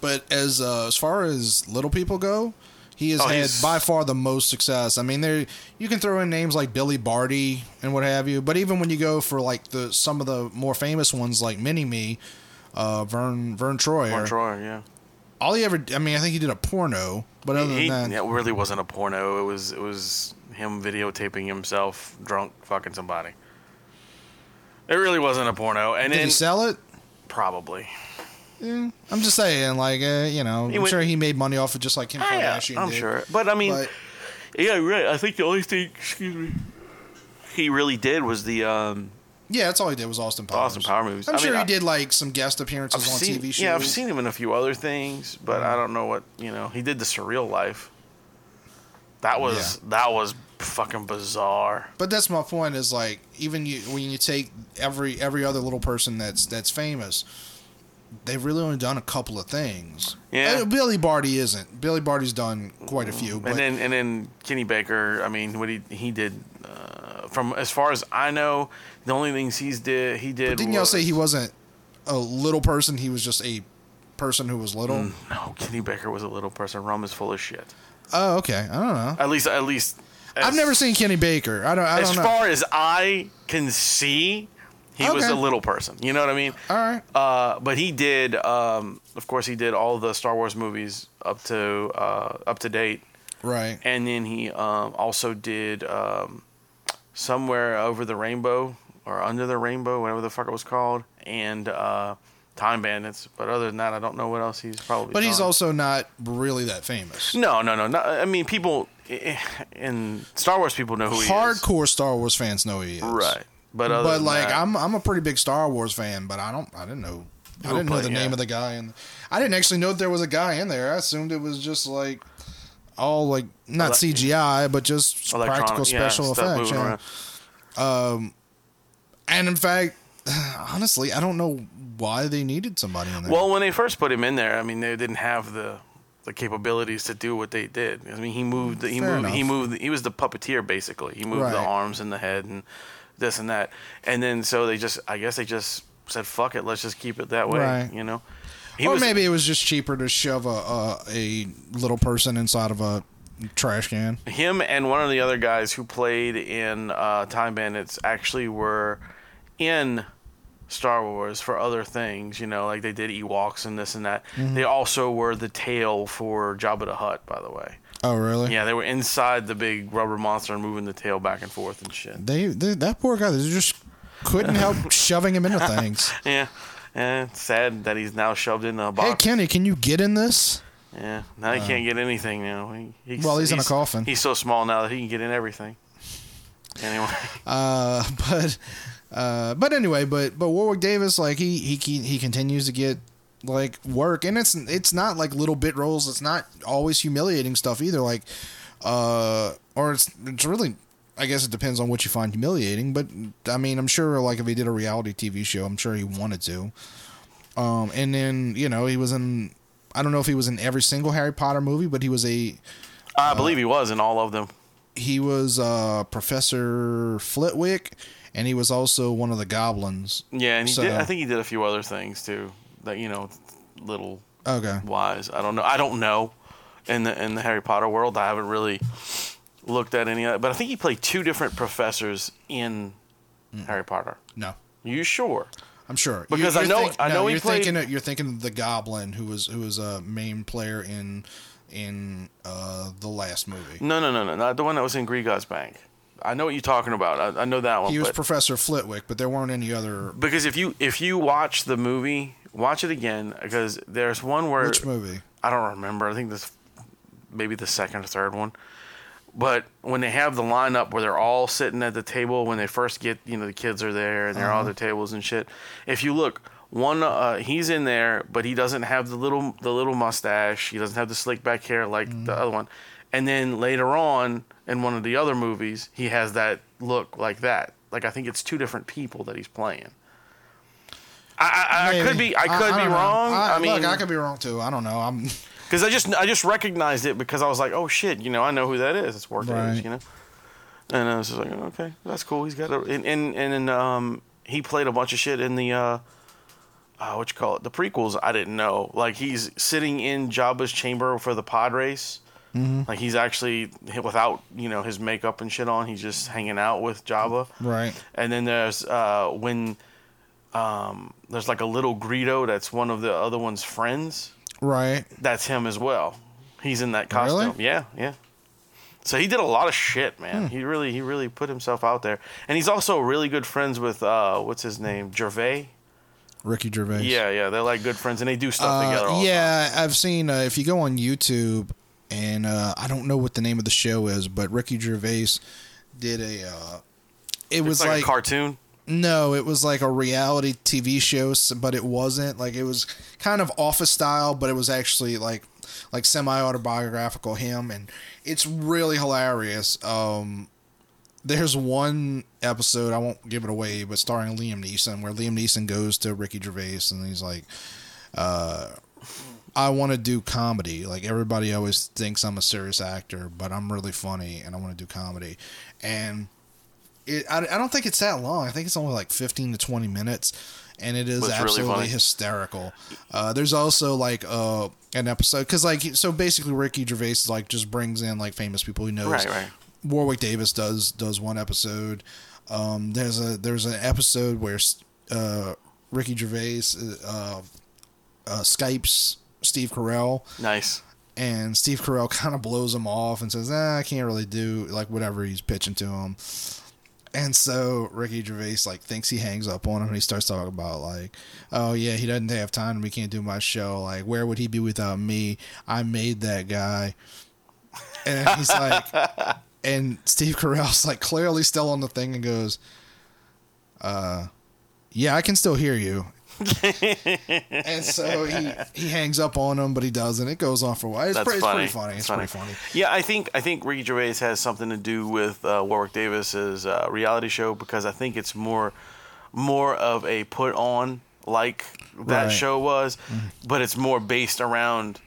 Speaker 3: but as uh, as far as little people go he has
Speaker 2: Oh,
Speaker 3: had
Speaker 2: he's-
Speaker 3: by far the most success. I mean, there you can throw in names like Billy Barty and what have you, but even when you go for like the some of the more famous ones like Mini Me, uh, Vern Vern Troyer,
Speaker 2: Or Troy, yeah.
Speaker 3: all he ever i mean i think he did a porno but other
Speaker 2: He,
Speaker 3: than that
Speaker 2: it really wasn't a porno. It was, it was him videotaping himself drunk fucking somebody. It really wasn't a porno, and
Speaker 3: did
Speaker 2: then
Speaker 3: he sell it
Speaker 2: probably.
Speaker 3: i'm just saying like uh, you know i'm
Speaker 2: went- Ah,
Speaker 3: sure he made money off of just like him Kardashian
Speaker 2: I'm
Speaker 3: did.
Speaker 2: sure. But I mean,
Speaker 3: But-
Speaker 2: yeah, you're right. I think the only thing, excuse me, he really did was the um,
Speaker 3: yeah that's all he did was austin powers
Speaker 2: Austin Power movies.
Speaker 3: i'm
Speaker 2: I
Speaker 3: sure
Speaker 2: mean,
Speaker 3: he
Speaker 2: I-
Speaker 3: did like some guest appearances
Speaker 2: I've
Speaker 3: on
Speaker 2: seen,
Speaker 3: tv shows
Speaker 2: Yeah, I've seen him in a few other things, but I don't know what you know. He did the Surreal Life. That was that was fucking bizarre.
Speaker 3: but that's my point is like even you when you take every every other little person that's that's famous they've really only done a couple of things
Speaker 2: Yeah.
Speaker 3: Uh, billy barty isn't billy barty's done quite a few but
Speaker 2: And then and then Kenny Baker. I mean, what he he did uh, from as far as I know, the only things he's did he did.
Speaker 3: didn't y'all
Speaker 2: was-
Speaker 3: say he wasn't a little person he was just a person who was little
Speaker 2: No, Kenny Baker was a little person. Rum is full of shit.
Speaker 3: Oh, okay. I don't know.
Speaker 2: At least at least.
Speaker 3: I've never seen Kenny Baker. I don't. I
Speaker 2: as
Speaker 3: don't know.
Speaker 2: far as I can see, he was
Speaker 3: Okay.
Speaker 2: a little person. You know what I mean?
Speaker 3: All right.
Speaker 2: Uh, but he did, um, of course, he did all the Star Wars movies up to uh, up to date,
Speaker 3: Right.
Speaker 2: and then he um, also did um, somewhere over the rainbow or under the rainbow, whatever the fuck it was called, and uh, Time Bandits. But other than that, I don't know what else he's probably.
Speaker 3: But he's
Speaker 2: done.
Speaker 3: also not really that famous.
Speaker 2: no, no, no, no. I mean, people eh, in Star Wars people know who he is.
Speaker 3: Hardcore Star Wars fans know he is.
Speaker 2: Right. But other
Speaker 3: But
Speaker 2: than
Speaker 3: like,
Speaker 2: that-
Speaker 3: I'm I'm a pretty big Star Wars fan, but I don't I didn't know I
Speaker 2: Who
Speaker 3: didn't know
Speaker 2: played-
Speaker 3: the name
Speaker 2: yeah.
Speaker 3: of the guy and I didn't actually know there was a guy in there. I assumed it was just like all like not
Speaker 2: Elec-
Speaker 3: CGI, but just
Speaker 2: Electronic-
Speaker 3: practical
Speaker 2: yeah,
Speaker 3: special
Speaker 2: stuff
Speaker 3: effects.
Speaker 2: moving
Speaker 3: yeah.
Speaker 2: around.
Speaker 3: And in fact, (sighs) honestly, I don't know why they needed somebody in there.
Speaker 2: Well, when they first put him in there, I mean, they didn't have the the capabilities to do what they did. I mean, he moved. He
Speaker 3: Fair
Speaker 2: moved. He
Speaker 3: enough.
Speaker 2: moved. He was the puppeteer basically. He moved the
Speaker 3: Right.
Speaker 2: arms and the head and this and that. And then so they just, I guess they just said, "Fuck it, let's just keep it that way."
Speaker 3: Right.
Speaker 2: You know, he
Speaker 3: or
Speaker 2: was
Speaker 3: maybe it was just cheaper to shove a, a a little person inside of a trash can.
Speaker 2: him and one of the other guys who played in uh, Time Bandits actually were in Star Wars for other things. You know, like they did Ewoks and this and that.
Speaker 3: Mm-hmm.
Speaker 2: They also were the tail for Jabba the Hutt, by the way.
Speaker 3: Oh, really?
Speaker 2: Yeah, they were inside the big rubber monster and moving the tail back and forth and shit.
Speaker 3: They, they that poor guy. They just couldn't
Speaker 2: (laughs)
Speaker 3: help shoving him into things.
Speaker 2: Yeah. And it's sad that he's now shoved in a
Speaker 3: Hey,
Speaker 2: box.
Speaker 3: Kenny, can you get in this?
Speaker 2: yeah. Now he can't get anything now. He, he's,
Speaker 3: Well, he's in a coffin.
Speaker 2: He's so small now that he can get in everything. Anyway.
Speaker 3: Uh, (laughs) but uh, but anyway, but but Warwick Davis, like he he ke- he continues to get like work, and it's it's not like little bit roles. It's not always humiliating stuff either. Like, uh, or it's it's really. I guess it depends on what you find humiliating, but I mean, I'm sure like if he did a reality TV show, I'm sure he wanted to. Um, and then you know he was in. I don't know if he was in every single Harry Potter movie, but he was a
Speaker 2: (laughs) I believe he was in all of them.
Speaker 3: he was uh, Professor Flitwick, and he was also one of the goblins.
Speaker 2: Yeah, and he
Speaker 3: So-
Speaker 2: did. I think he did a few other things too. That you know, little
Speaker 3: Okay.
Speaker 2: wise. I don't know. I don't know. In the in the Harry Potter world, I haven't really looked at any. Other, but I think he played two different professors in
Speaker 3: Hmm.
Speaker 2: Harry Potter.
Speaker 3: No,
Speaker 2: You sure?
Speaker 3: I'm sure
Speaker 2: Because I
Speaker 3: you're
Speaker 2: know- I know he
Speaker 3: you're
Speaker 2: played-
Speaker 3: thinking of- you're thinking of the goblin who was who was a main player in in uh, the last movie.
Speaker 2: No, no, no, no. Not the one that was in Grigot's Bank. I know what you're talking about. I, I know that one.
Speaker 3: He was
Speaker 2: but-
Speaker 3: Professor Flitwick, but there weren't any other.
Speaker 2: because if you if you watch the movie, watch it again because there's one where
Speaker 3: Which movie?
Speaker 2: I don't remember. I think this maybe the second or third one. But when they have the lineup where they're all sitting at the table when they first get, you know, the kids are there and they're all
Speaker 3: Uh-huh.
Speaker 2: at the tables and shit. If you look, one uh, he's in there, but he doesn't have the little the little mustache. He doesn't have the slick back hair like the
Speaker 3: Mm.
Speaker 2: other one. And then later on in one of the other movies, he has that look like that. Like I think it's two different people that he's playing. I, I, I could
Speaker 3: Maybe.
Speaker 2: be I could be
Speaker 3: don't know.
Speaker 2: wrong. I, mean,
Speaker 3: look, I could be wrong too. I don't know. I'm (laughs)
Speaker 2: because I just I just recognized it because I was like, oh shit, you know, I know who that is. It's War Davis,
Speaker 3: Right.
Speaker 2: you know. And I was just like, okay, that's cool. He's got a and and and, then, um he played a bunch of shit in the uh, uh what you call it the prequels. I didn't know like he's sitting in Jabba's chamber for the pod race.
Speaker 3: Mm-hmm.
Speaker 2: Like he's actually without you know his makeup and shit on. He's just hanging out with Jabba.
Speaker 3: right.
Speaker 2: And then there's uh, when um, there's like a little Greedo that's one of the other one's friends
Speaker 3: Right.
Speaker 2: that's him as well. He's in that costume.
Speaker 3: Really?
Speaker 2: Yeah, yeah. So he did a lot of shit,
Speaker 3: Hmm.
Speaker 2: man. He really, he really put himself out there, and he's also really good friends with uh, what's his name, Gervais.
Speaker 3: Ricky Gervais.
Speaker 2: Yeah, yeah, they're like good friends, and they do stuff
Speaker 3: Uh,
Speaker 2: together. All yeah,
Speaker 3: yeah, I've seen. Uh, if you go on YouTube, and uh, I don't know what the name of the show is, but Ricky Gervais did a. Uh, it
Speaker 2: the time. it's
Speaker 3: was
Speaker 2: like,
Speaker 3: like,
Speaker 2: a cartoon.
Speaker 3: no, it was like a reality TV show, s- but it wasn't. Like it was kind of office style, but it was actually like like semi autobiographical him, and it's really hilarious. Um, there's one episode I won't give it away, but starring Liam Neeson, where Liam Neeson goes to Ricky Gervais and he's like, uh, I want to do comedy. Like everybody always thinks I'm a serious actor, but I'm really funny and I want to do comedy. And it, I, I don't think it's that long. I think it's only like 15 to 20 minutes. And it is
Speaker 2: That's really
Speaker 3: absolutely
Speaker 2: funny.
Speaker 3: hysterical. Uh, there's also like uh, an episode because like so basically Ricky Gervais like just brings in like famous people he knows.
Speaker 2: Right, right.
Speaker 3: Warwick Davis does does one episode. Um, there's a there's an episode where uh, Ricky Gervais uh, uh, Skypes Steve Carell,
Speaker 2: Nice.
Speaker 3: and Steve Carell (laughs) kind of blows him off and says, "Ah, "I can't really do like whatever he's pitching to him." And so Ricky Gervais like thinks he hangs up on him, and he starts talking about like, "Oh yeah, he doesn't have time. We can't do my show. Like, where would he be without me? I made that guy." And (laughs) he's like, and Steve Carell's like clearly still on the thing and goes, "Uh, yeah, I can still hear
Speaker 2: (laughs)
Speaker 3: you." and so he he hangs up on him, but he doesn't. It goes on for a while. It's,
Speaker 2: That's
Speaker 3: pretty,
Speaker 2: funny.
Speaker 3: it's pretty funny. It's,
Speaker 2: That's
Speaker 3: pretty funny.
Speaker 2: Yeah, I think I think Ricky Gervais has something to do with uh, Warwick Davis's uh, reality show because I think it's more more of a put on like that
Speaker 3: Right. Mm-hmm.
Speaker 2: show was, but it's more based around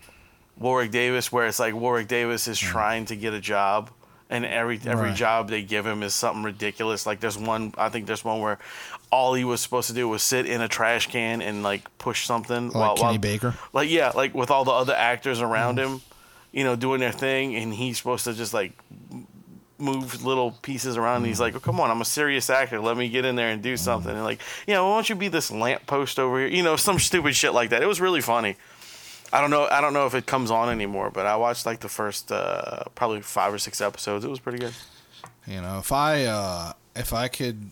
Speaker 2: Warwick Davis, where it's like Warwick Davis is trying to get a job. and every every
Speaker 3: Mm. Right.
Speaker 2: job they give him is something ridiculous. Like there's one, I think there's one where all he was supposed to do was sit in a trash can and like push something.
Speaker 3: Like Kenny Baker?
Speaker 2: Like yeah, like with all the other actors around
Speaker 3: Mm.
Speaker 2: him, you know, doing their thing, and he's supposed to just like m- move little pieces around.
Speaker 3: Mm.
Speaker 2: And he's like, oh, come on, I'm a serious actor. Let me get in there and do something. And like, yeah, why don't you be this lamppost over here? You know, some stupid shit like that. It was really funny. I don't know. I don't know if it comes on anymore, but I watched like the first uh, probably five or six episodes. It was pretty good.
Speaker 3: You know, if I uh, if I could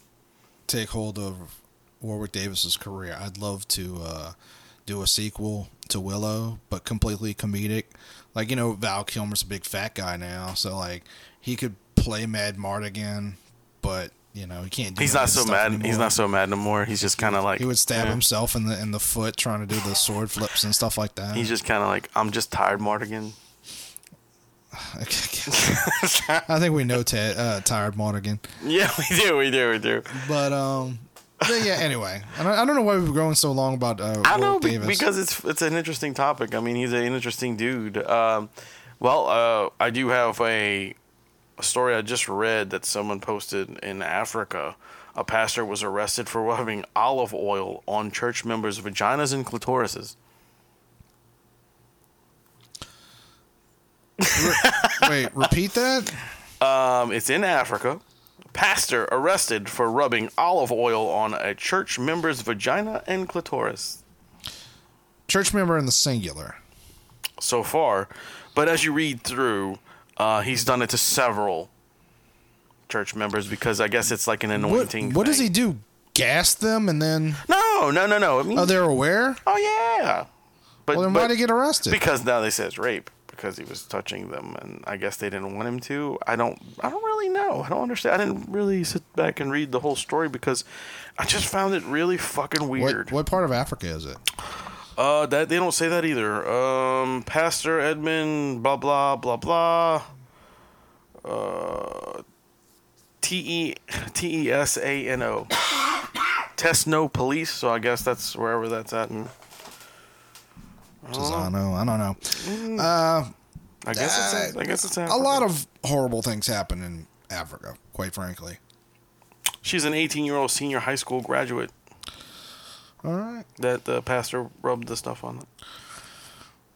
Speaker 3: take hold of Warwick Davis's career, I'd love to uh, do a sequel to Willow, but completely comedic. Like you know, Val Kilmer's a big fat guy now, so like he could play Mad Mart again, but you know he can't. do
Speaker 2: He's
Speaker 3: that
Speaker 2: not so
Speaker 3: stuff
Speaker 2: mad.
Speaker 3: anymore.
Speaker 2: He's not so mad no more. He's just kind of like
Speaker 3: He would stab
Speaker 2: yeah.
Speaker 3: himself in the in the foot trying to do the sword flips and stuff like that.
Speaker 2: He's just kind of like I'm just tired, Mardigan.
Speaker 3: (laughs) I think we know Ted, uh, tired Monaghan.
Speaker 2: (laughs) Yeah, we do, we do, we do.
Speaker 3: But um, but yeah. Anyway, I don't, I don't know why we've going so long about uh,
Speaker 2: I
Speaker 3: Warwick
Speaker 2: don't know be-
Speaker 3: Davis.
Speaker 2: because (laughs) it's it's an interesting topic. I mean, he's an interesting dude. Um, well, uh, I do have a, a story I just read that someone posted in Africa. A pastor was arrested for rubbing olive oil on church members' vaginas and clitorises.
Speaker 3: wait, repeat that.
Speaker 2: Um, it's in Africa. Pastor arrested for rubbing olive oil on a church member's vagina and clitoris.
Speaker 3: Church member in the singular.
Speaker 2: So far, but as you read through, uh, he's done it to several church members because I guess it's like an
Speaker 3: What,
Speaker 2: anointing.
Speaker 3: what does he
Speaker 2: thing.
Speaker 3: do? Gas them and then
Speaker 2: No, no, no, no. I mean,
Speaker 3: oh
Speaker 2: oh,
Speaker 3: they're aware.
Speaker 2: yeah. But,
Speaker 3: Well then
Speaker 2: but
Speaker 3: why would he get arrested?
Speaker 2: because now they say it's rape because he was touching them, and I guess they didn't want him to. I don't. I don't really know. I don't understand. I didn't really sit back and read the whole story because I just found it really fucking weird.
Speaker 3: what, what part of Africa is it?
Speaker 2: Uh, that they don't say that either. Um, Pastor Edmund, blah blah blah blah. Uh, T E T E S A N O. Tesno Police. So I guess that's wherever that's at. And Oh.
Speaker 3: Tizano, I don't know.
Speaker 2: I guess it's.
Speaker 3: Uh,
Speaker 2: I guess it's
Speaker 3: A lot of horrible things happen in Africa, quite frankly.
Speaker 2: She's an 18-year-old senior high school graduate
Speaker 3: All right.
Speaker 2: that the pastor rubbed the stuff on.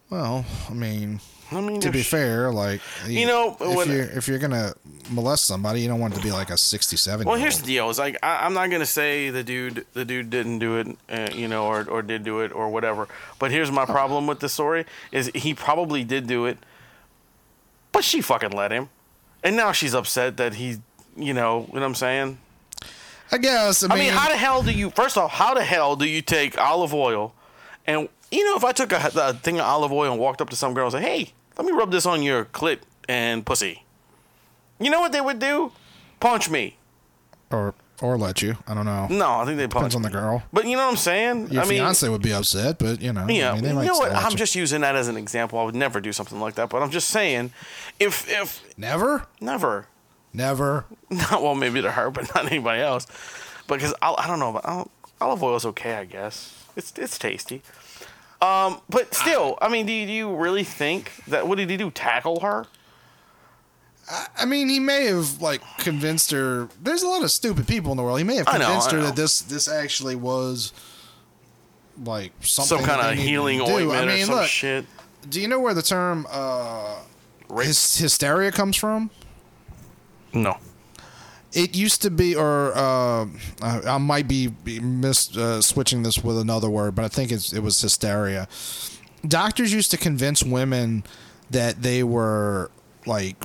Speaker 3: Well, I mean,
Speaker 2: I mean,
Speaker 3: to
Speaker 2: if
Speaker 3: be
Speaker 2: she-
Speaker 3: fair, like you,
Speaker 2: know,
Speaker 3: if
Speaker 2: when-
Speaker 3: you're if you're gonna molest somebody, you don't want it to be like a sixty-seven.
Speaker 2: Well, here's the deal: is like I, I'm not gonna say the dude, the dude didn't do it, uh, you know, or or did do it or whatever. But here's my problem with the story: is he probably did do it, but she fucking let him, and now she's upset that he, you know, what I'm saying.
Speaker 3: I guess. I
Speaker 2: I
Speaker 3: mean,
Speaker 2: mean, how the hell do you? First off, how the hell do you take olive oil, and you know, if I took a, a thing of olive oil and walked up to some girl and said, "Hey, let me rub this on your clit and pussy," you know what they would do? Punch me.
Speaker 3: or or let you. I don't know.
Speaker 2: No, I think they punch
Speaker 3: Depends on the girl.
Speaker 2: But you know what I'm saying?
Speaker 3: Your
Speaker 2: I mean,
Speaker 3: fiance would be upset, but you know,
Speaker 2: yeah,
Speaker 3: I mean, they
Speaker 2: you
Speaker 3: might
Speaker 2: know what?
Speaker 3: still let
Speaker 2: I'm
Speaker 3: you.
Speaker 2: just using that as an example. I would never do something like that, but I'm just saying, if if
Speaker 3: never,
Speaker 2: never, (laughs)
Speaker 3: never.
Speaker 2: not well, maybe to her, but not anybody else, because I, I don't know, but I don't, olive oil is okay, I guess. It's it's tasty. Um, but still,
Speaker 3: Ah.
Speaker 2: I mean, do you, do you really think that? What did he do? Tackle her?
Speaker 3: I mean, he may have like convinced her. There's a lot of stupid people in the world. He may have
Speaker 2: I know,
Speaker 3: convinced
Speaker 2: I
Speaker 3: her
Speaker 2: know.
Speaker 3: that this this actually was like something
Speaker 2: Some
Speaker 3: that
Speaker 2: kind of
Speaker 3: they needed
Speaker 2: healing
Speaker 3: to do.
Speaker 2: ointment
Speaker 3: I mean,
Speaker 2: or some
Speaker 3: look,
Speaker 2: shit?
Speaker 3: Do you know where the term uh,
Speaker 2: Rape?
Speaker 3: hys- hysteria comes from?
Speaker 2: no.
Speaker 3: It used to be, or uh, I I might be be mis- uh, switching this with another word, but I think it's, it was hysteria. Doctors used to convince women that they were like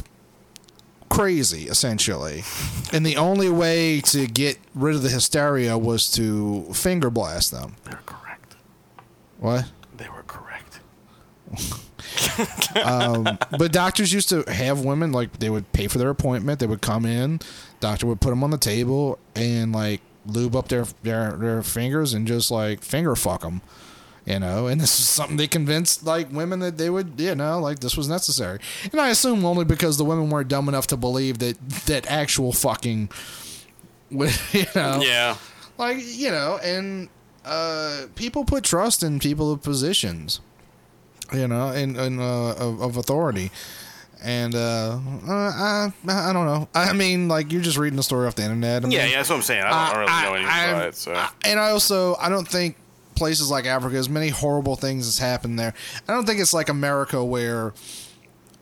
Speaker 3: crazy, essentially, and the only way to get rid of the hysteria was to finger blast them.
Speaker 2: They're correct.
Speaker 3: What?
Speaker 2: They were correct.
Speaker 3: but doctors used to have women like they would pay for their appointment. They would come in, doctor would put them on the table and like lube up their their, their fingers and just like finger fuck them, you know. And this is something they convinced like women that they would, you know, like this was necessary. And I assume only because the women weren't dumb enough to believe that that actual fucking, (laughs) would, you know,
Speaker 2: Yeah.
Speaker 3: like you know and uh people put trust in people of positions you know and, and uh, of, of authority And uh, uh, I, I don't know. I mean, like you're just reading the story off the internet. I
Speaker 2: Yeah,
Speaker 3: mean,
Speaker 2: yeah, that's what I'm saying. I don't really know anything
Speaker 3: I-
Speaker 2: about it. So
Speaker 3: I- and I also I don't think places like Africa, as many horrible things has happened there. I don't think it's like America where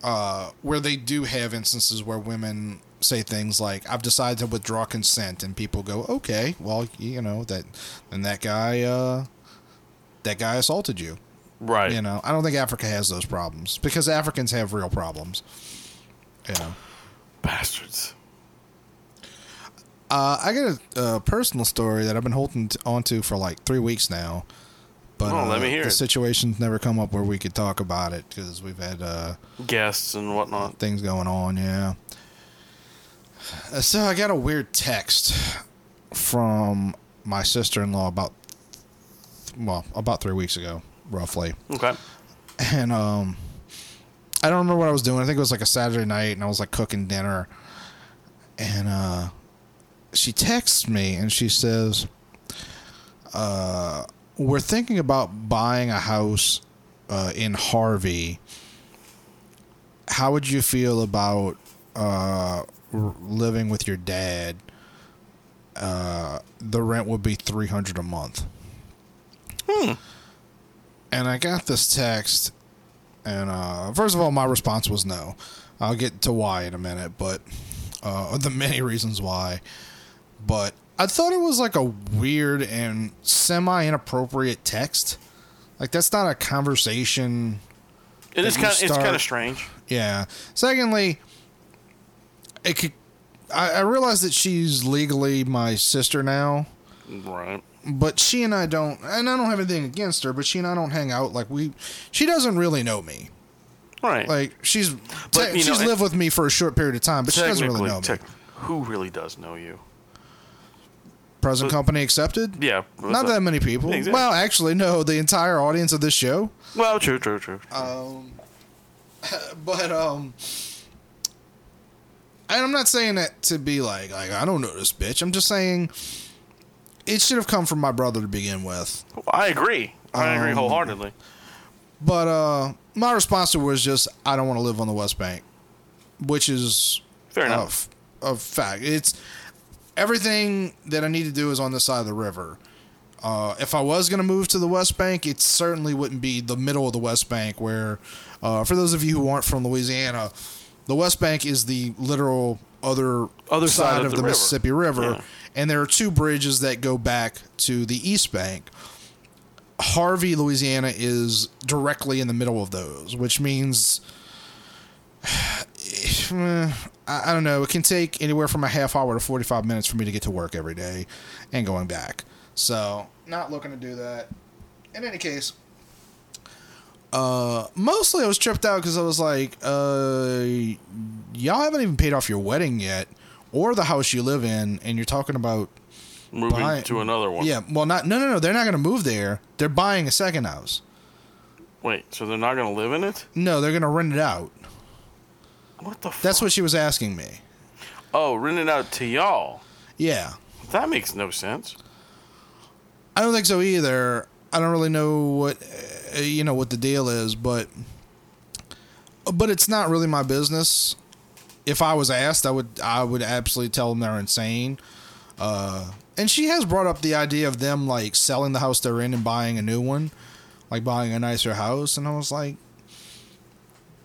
Speaker 3: uh, where they do have instances where women say things like I've decided to withdraw consent, and people go, okay, well, you know that, and that guy, uh, that guy assaulted you.
Speaker 2: right.
Speaker 3: You know, I don't think Africa has those problems because Africans have real problems. You know.
Speaker 2: Bastards.
Speaker 3: Uh, I got a, a personal story that I've been holding t- onto for like three weeks now, but
Speaker 2: Oh, let
Speaker 3: uh,
Speaker 2: me hear
Speaker 3: the
Speaker 2: it.
Speaker 3: situation's never come up where we could talk about it because we've had uh,
Speaker 2: Guests and whatnot.
Speaker 3: things going on. Yeah. Uh, So I got a weird text from my sister-in-law about well about three weeks ago, roughly
Speaker 2: Okay.
Speaker 3: and um I don't remember what I was doing. I think it was like a Saturday night and I was like cooking dinner. And uh she texts me and she says uh we're thinking about buying a house uh in Harvey. How would you feel about uh r- living with your dad? Uh the rent would be 300 a month. And I got this text and uh, first of all, my response was no. I'll get to why in a minute, but uh, (laughs) the many reasons why. But I thought it was like a weird and semi inappropriate text. Like that's not a conversation.
Speaker 2: It is
Speaker 3: you
Speaker 2: kind. of It's
Speaker 3: start-
Speaker 2: kind of strange.
Speaker 3: Yeah. Secondly, it could. I, I realize that she's legally my sister now,
Speaker 2: Right.
Speaker 3: but she and I don't, and I don't have anything against her, but she and I don't hang out like we. She doesn't really know me.
Speaker 2: Right.
Speaker 3: Like she's
Speaker 2: But,
Speaker 3: te-
Speaker 2: you know,
Speaker 3: she's
Speaker 2: it-
Speaker 3: lived with me for a short period of time, but she doesn't really know me.
Speaker 2: tech- who really does know you?
Speaker 3: Present
Speaker 2: but-
Speaker 3: company accepted.
Speaker 2: Yeah. what's
Speaker 3: Not
Speaker 2: up?
Speaker 3: that many people.
Speaker 2: Exactly.
Speaker 3: Well, actually, no. The entire audience of this show.
Speaker 2: Well, true, true, true.
Speaker 3: Um, but um, and I'm not saying that to be like like I don't know this bitch. I'm just saying it should have come from my brother to begin with.
Speaker 2: I agree. I agree
Speaker 3: um,
Speaker 2: wholeheartedly.
Speaker 3: But uh, my response to it was just I don't want to live on the West Bank, which is
Speaker 2: Fair
Speaker 3: a
Speaker 2: enough.
Speaker 3: f- a fact. It's everything that I need to do is on this side of the river. Uh, if I was going to move to the West Bank, it certainly wouldn't be the middle of the West Bank, where, uh, for those of you who aren't from Louisiana, the West Bank is the literal other,
Speaker 2: Other side of
Speaker 3: of
Speaker 2: the
Speaker 3: the,
Speaker 2: river.
Speaker 3: Mississippi River.
Speaker 2: Yeah.
Speaker 3: And there are two bridges that go back to the East Bank. Harvey, Louisiana is directly in the middle of those, which means eh, I I don't know. It can take anywhere from a half hour to 45 minutes for me to get to work every day and going back. So, not looking to do that. In any case, uh, mostly I was tripped out because I was like, uh, y'all haven't even paid off your wedding yet or the house you live in, and you're talking about
Speaker 2: Moving
Speaker 3: buy-
Speaker 2: to another one.
Speaker 3: yeah, well, not no, no, no. They're not going to move there. They're buying a second house.
Speaker 2: Wait. So they're not gonna live in it?
Speaker 3: No, they're going to rent it out.
Speaker 2: What the? F-
Speaker 3: That's what she was asking me.
Speaker 2: oh, rent it out to y'all.
Speaker 3: Yeah,
Speaker 2: That makes no sense.
Speaker 3: I don't think so either. I don't really know what uh, you know what the deal is, but but it's not really my business. If I was asked, I would I would absolutely tell them they're insane. Uh, and she has brought up the idea of them like selling the house they're in and buying a new one, like buying a nicer house. And I was like,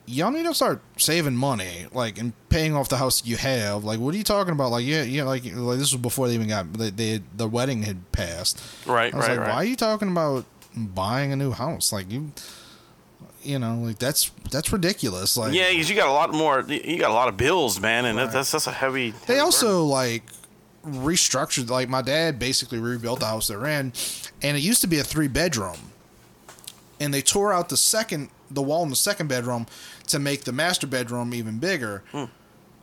Speaker 3: y'all need to start saving money, like and paying off the house you have. Like, what are you talking about? Like, yeah, yeah, like like this was before they even got they, they the wedding had passed.
Speaker 2: Right.
Speaker 3: I was
Speaker 2: right.
Speaker 3: like,
Speaker 2: right.
Speaker 3: why are you talking about buying a new house? Like you, you know, like that's that's ridiculous. Like
Speaker 2: Yeah, 'cause you got a lot more. You got a lot of bills, man, and that, that's that's a heavy.
Speaker 3: they
Speaker 2: heavy burden.
Speaker 3: also like restructured. Like my dad basically rebuilt the house they're in, and it used to be a three bedroom, and they tore out the second the wall in the second bedroom to make the master bedroom even bigger.
Speaker 2: Hmm.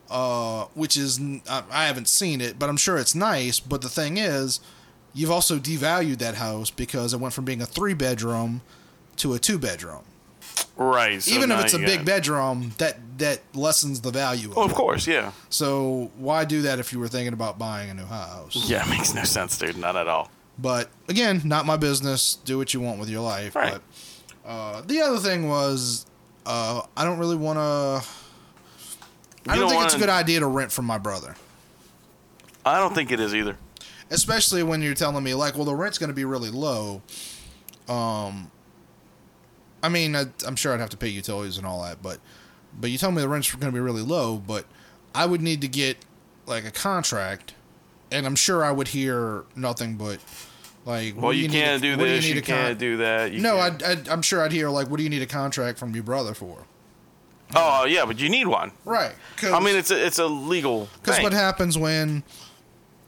Speaker 3: Uh, which is n- I, I haven't seen it, but I'm sure it's nice. But the thing is, you've also devalued that house because it went from being a three bedroom to a two bedroom.
Speaker 2: right. so
Speaker 3: even
Speaker 2: now
Speaker 3: if it's a
Speaker 2: you
Speaker 3: big
Speaker 2: got-
Speaker 3: bedroom, that that lessens the value. Of
Speaker 2: Oh,
Speaker 3: it.
Speaker 2: of course, yeah.
Speaker 3: So why do that if you were thinking about buying a new house?
Speaker 2: Yeah, it makes no sense, dude. Not at all.
Speaker 3: But again, not my business. Do what you want with your life.
Speaker 2: Right.
Speaker 3: But uh, the other thing was, uh, I don't really want to. I don't,
Speaker 2: don't
Speaker 3: think it's a
Speaker 2: wanna-
Speaker 3: good idea to rent from my brother,
Speaker 2: I don't think it is either.
Speaker 3: especially when you're telling me like, well, the rent's going to be really low. Um, I mean, I, I'm sure I'd have to pay utilities and all that, but but you tell me the rent's going to be really low, but I would need to get like a contract, and I'm sure I would hear nothing but like, what
Speaker 2: Well, you,
Speaker 3: need a-
Speaker 2: can't do
Speaker 3: what you
Speaker 2: this.
Speaker 3: need
Speaker 2: You,
Speaker 3: a con-
Speaker 2: can't do that. You
Speaker 3: No,
Speaker 2: can't-
Speaker 3: I'd, I'd, I'm sure I'd hear like, what do you need a contract from your brother for?
Speaker 2: Oh yeah, but you need one.
Speaker 3: Right.
Speaker 2: I mean, it's a, it's a legal
Speaker 3: Because
Speaker 2: thing.
Speaker 3: what happens when,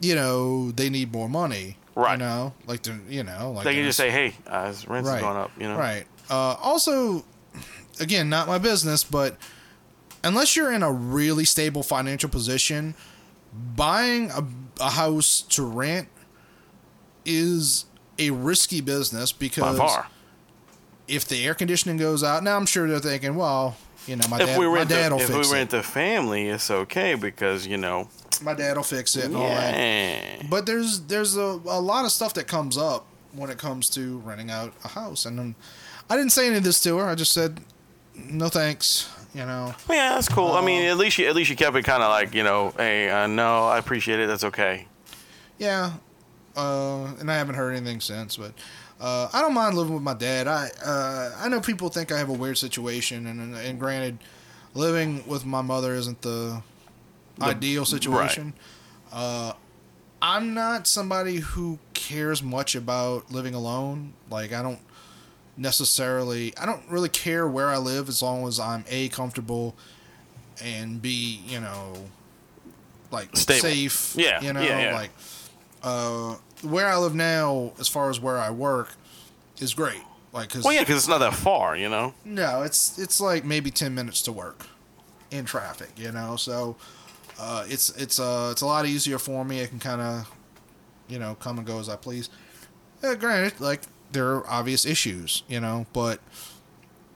Speaker 3: you know, they need more money? You
Speaker 2: Right.
Speaker 3: know, like to you know, like
Speaker 2: they can
Speaker 3: uh,
Speaker 2: just say, "Hey, uh, his rent's
Speaker 3: right,
Speaker 2: going up." You know,
Speaker 3: right. Uh, also, again, not my business, but unless you're in a really stable financial position, buying a, a house to rent is a risky business
Speaker 2: By
Speaker 3: because
Speaker 2: far.
Speaker 3: if the air conditioning goes out, now I'm sure they're thinking, well, you know, my
Speaker 2: If
Speaker 3: dad,
Speaker 2: we
Speaker 3: my
Speaker 2: rent,
Speaker 3: dad
Speaker 2: the,
Speaker 3: will
Speaker 2: if
Speaker 3: fix
Speaker 2: we rent
Speaker 3: it.
Speaker 2: the family, it's okay because you know.
Speaker 3: my dad will fix it. And all that.
Speaker 2: Yeah.
Speaker 3: but there's there's a, a lot of stuff that comes up when it comes to renting out a house and um, i didn't say any of this to her i just said no thanks you know
Speaker 2: Yeah, that's cool. I mean, at least you at least you kept it kind of like you know, hey, uh, no, I appreciate it. That's okay.
Speaker 3: yeah uh, and i haven't heard anything since but uh, i don't mind living with my dad i uh, i know people think i have a weird situation and- and, and granted living with my mother isn't the, ideal situation uh, i'm not somebody who cares much about living alone like i don't necessarily i don't really care where i live as long as i'm a comfortable and b you know like
Speaker 2: Stable.
Speaker 3: safe
Speaker 2: Yeah,
Speaker 3: you know
Speaker 2: yeah, yeah.
Speaker 3: like uh where i live now as far as where i work is great like cause
Speaker 2: Well, yeah, because it's not that far, you know.
Speaker 3: no, it's it's like maybe ten minutes to work in traffic, you know. So uh, it's it's uh it's a lot easier for me. I can kind of you know come and go as I please. Uh, granted, like there are obvious issues, you know, but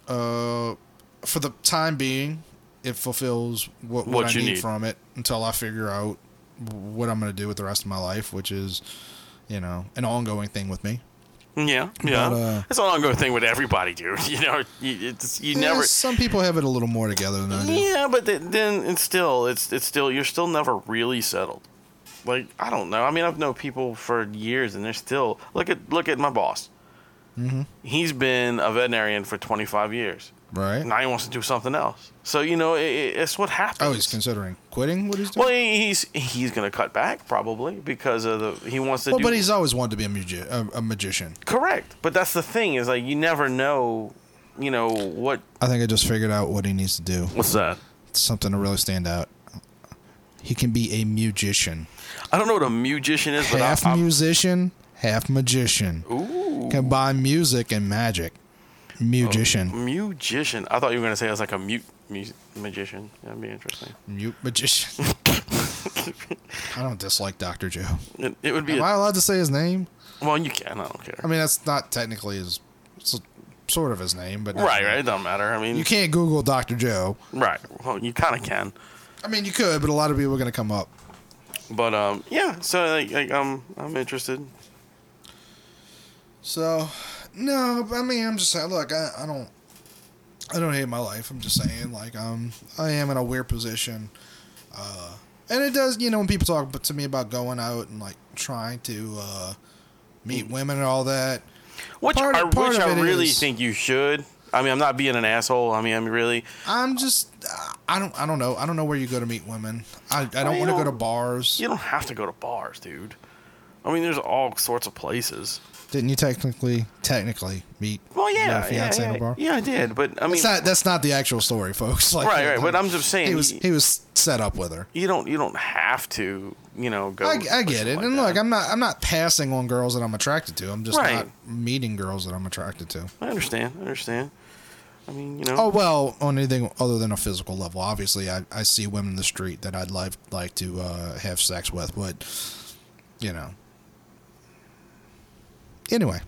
Speaker 3: uh, for the time being, it fulfills what what,
Speaker 2: What
Speaker 3: I
Speaker 2: you
Speaker 3: need,
Speaker 2: need.
Speaker 3: from it until I figure out what I'm going to do with the rest of my life, which is you know an ongoing thing with me.
Speaker 2: Yeah, yeah.
Speaker 3: But, uh,
Speaker 2: it's an ongoing thing with everybody, dude. (laughs) You know, you, it's, you
Speaker 3: Yeah,
Speaker 2: never.
Speaker 3: some people have it a little more together than I do.
Speaker 2: Yeah, but th- then it's still it's it's still you're still never really settled. Like I don't know. I mean, I've known people for years, and they're still look at look at my boss. Mm-hmm. He's been a veterinarian for 25 years.
Speaker 3: Right.
Speaker 2: Now he wants to do something else. So you know, it, it- it's what happens.
Speaker 3: Oh, he's considering quitting what he's doing.
Speaker 2: well, he- he's he's gonna cut back probably because of the he wants to.
Speaker 3: Well,
Speaker 2: do,
Speaker 3: but he's always wanted to be a, magi- a, a magician.
Speaker 2: correct. But that's the thing is like you never know, you know what.
Speaker 3: I think I just figured out what he needs to do.
Speaker 2: What's that?
Speaker 3: Something to really stand out. He can be a musician,
Speaker 2: I don't know what a musician is, but
Speaker 3: half
Speaker 2: I, I'm,
Speaker 3: musician, half magician.
Speaker 2: ooh. Oh.
Speaker 3: Combine music and magic. Musician,
Speaker 2: Musician. I thought you were gonna say I was like a mute mu- magician. That'd be interesting.
Speaker 3: mute
Speaker 2: (laughs)
Speaker 3: magician. I don't dislike Doctor Joe.
Speaker 2: It, it would be.
Speaker 3: Am
Speaker 2: A,
Speaker 3: I allowed to say his name?
Speaker 2: well, you can. I don't care.
Speaker 3: I mean, that's not technically his, it's sort of his name, but
Speaker 2: right, right. It doesn't matter. I mean,
Speaker 3: You can't Google Doctor Joe.
Speaker 2: Right. Well, you kind of can.
Speaker 3: I mean, you could, but a lot of people are going to come up.
Speaker 2: But um, yeah. So like, like um, I'm interested.
Speaker 3: So, no, I mean, I'm just saying. Look, I, I don't, I don't hate my life. I'm just saying, like, um, I am in a weird position, uh, and it does, you know, when people talk to me about going out and like trying to uh, meet women and all that.
Speaker 2: Which
Speaker 3: Part-
Speaker 2: I,
Speaker 3: part
Speaker 2: which
Speaker 3: of
Speaker 2: I
Speaker 3: it
Speaker 2: really
Speaker 3: is-
Speaker 2: think you should. I mean, I'm not being an asshole. I mean, I'm really.
Speaker 3: I'm just, I don't, I don't know. I don't know where you go to meet women. I, I don't
Speaker 2: you
Speaker 3: want to go to
Speaker 2: don't-
Speaker 3: bars.
Speaker 2: You don't have to go to bars, dude. I mean, there's all sorts of places.
Speaker 3: Didn't you technically, technically meet?
Speaker 2: Well, yeah,
Speaker 3: your
Speaker 2: yeah,
Speaker 3: fiance
Speaker 2: yeah,
Speaker 3: in a bar.
Speaker 2: yeah, I did. But I mean,
Speaker 3: It's not, that's not the actual story, folks. (laughs) Like,
Speaker 2: Right, right, but I'm just saying-
Speaker 3: he was he was set up with her.
Speaker 2: you don't you don't have to. You know, go.
Speaker 3: I,
Speaker 2: to
Speaker 3: I
Speaker 2: places
Speaker 3: get it,
Speaker 2: like
Speaker 3: and
Speaker 2: that.
Speaker 3: look, I'm not I'm not passing on girls that I'm attracted to. I'm just
Speaker 2: Right.
Speaker 3: not meeting girls that I'm attracted to.
Speaker 2: I understand. I understand. I mean, you know.
Speaker 3: Oh well, on anything other than a physical level. Obviously, I, I see women in the street that I'd like like to uh, have sex with, but you know. Anyway,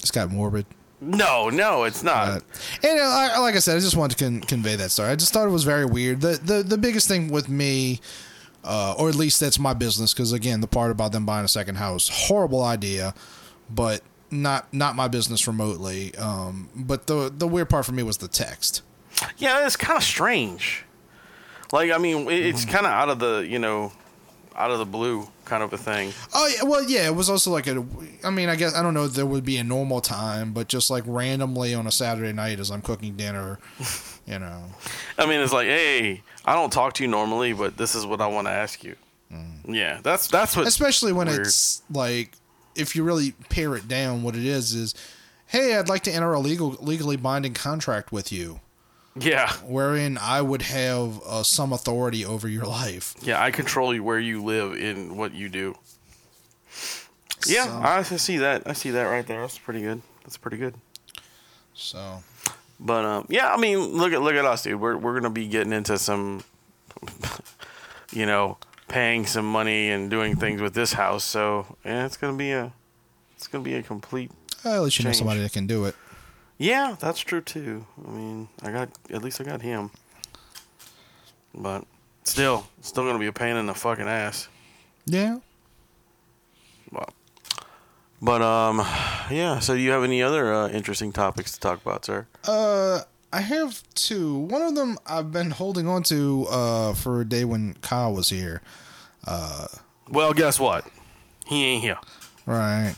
Speaker 3: it's got morbid.
Speaker 2: No, no, it's
Speaker 3: Uh,
Speaker 2: not.
Speaker 3: and uh, I- like I said, I just wanted to con- convey that story. I just thought it was very weird. The the, the biggest thing with me, uh, or at least that's my business, because again, the part about them buying a second house, horrible idea, but not not my business remotely. Um, but the the weird part for me was the text.
Speaker 2: yeah, it's kind of strange. Like I mean, it,
Speaker 3: Mm-hmm.
Speaker 2: it's kind of out of the you know, out of the blue kind of a thing.
Speaker 3: Oh yeah, well yeah, it was also like a. I mean, I guess I don't know. If there would be a normal time, but just like randomly on a Saturday night as I'm cooking dinner, (laughs) you know.
Speaker 2: I mean, it's like, hey, I don't talk to you normally, but this is what I want to ask you.
Speaker 3: Mm.
Speaker 2: Yeah, that's that's what.
Speaker 3: Especially when
Speaker 2: weird.
Speaker 3: it's like, if you really pare it down, what it is is, hey, I'd like to enter a legal legally binding contract with you,
Speaker 2: (laughs) yeah,
Speaker 3: wherein I would have uh, some authority over your life.
Speaker 2: yeah. I control you where you live and what you do. Yeah,
Speaker 3: So-
Speaker 2: I see that. I see that right there. That's pretty good. That's pretty good.
Speaker 3: So
Speaker 2: But um, yeah, I mean, look at look at us, dude. We're we're gonna be getting into some, (laughs) you know, paying some money and doing things with this house. So yeah, it's gonna be a, it's gonna be a complete.
Speaker 3: at least you know
Speaker 2: Change.
Speaker 3: somebody that can do it.
Speaker 2: Yeah, that's true too. I mean, I got at least I got him. But still, it's still gonna be a pain in the fucking ass.
Speaker 3: Yeah.
Speaker 2: But, but um, yeah. So do you have any other uh, interesting topics to talk about, sir?
Speaker 3: Uh, I have two. One of them I've been holding on to uh, for a day when Kyle was here.
Speaker 2: Well, guess what? He ain't here.
Speaker 3: Right.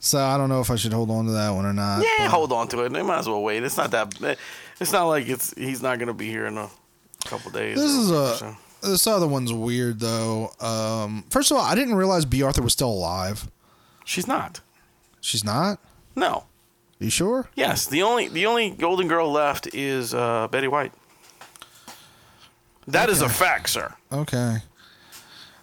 Speaker 3: So I don't know if I should hold on to that one or not.
Speaker 2: Yeah,
Speaker 3: but-
Speaker 2: hold on to it. They might as well wait. It's not that. It's not like it's he's not gonna be here in a couple days.
Speaker 3: This
Speaker 2: or
Speaker 3: is
Speaker 2: whatever,
Speaker 3: a.
Speaker 2: so.
Speaker 3: This other one's weird though. Um, first of all, I didn't realize B. Arthur was still alive.
Speaker 2: She's not.
Speaker 3: She's not.
Speaker 2: No.
Speaker 3: You sure?
Speaker 2: Yes. The only the only Golden Girl left is uh, Betty White. That is a fact, sir.
Speaker 3: Okay.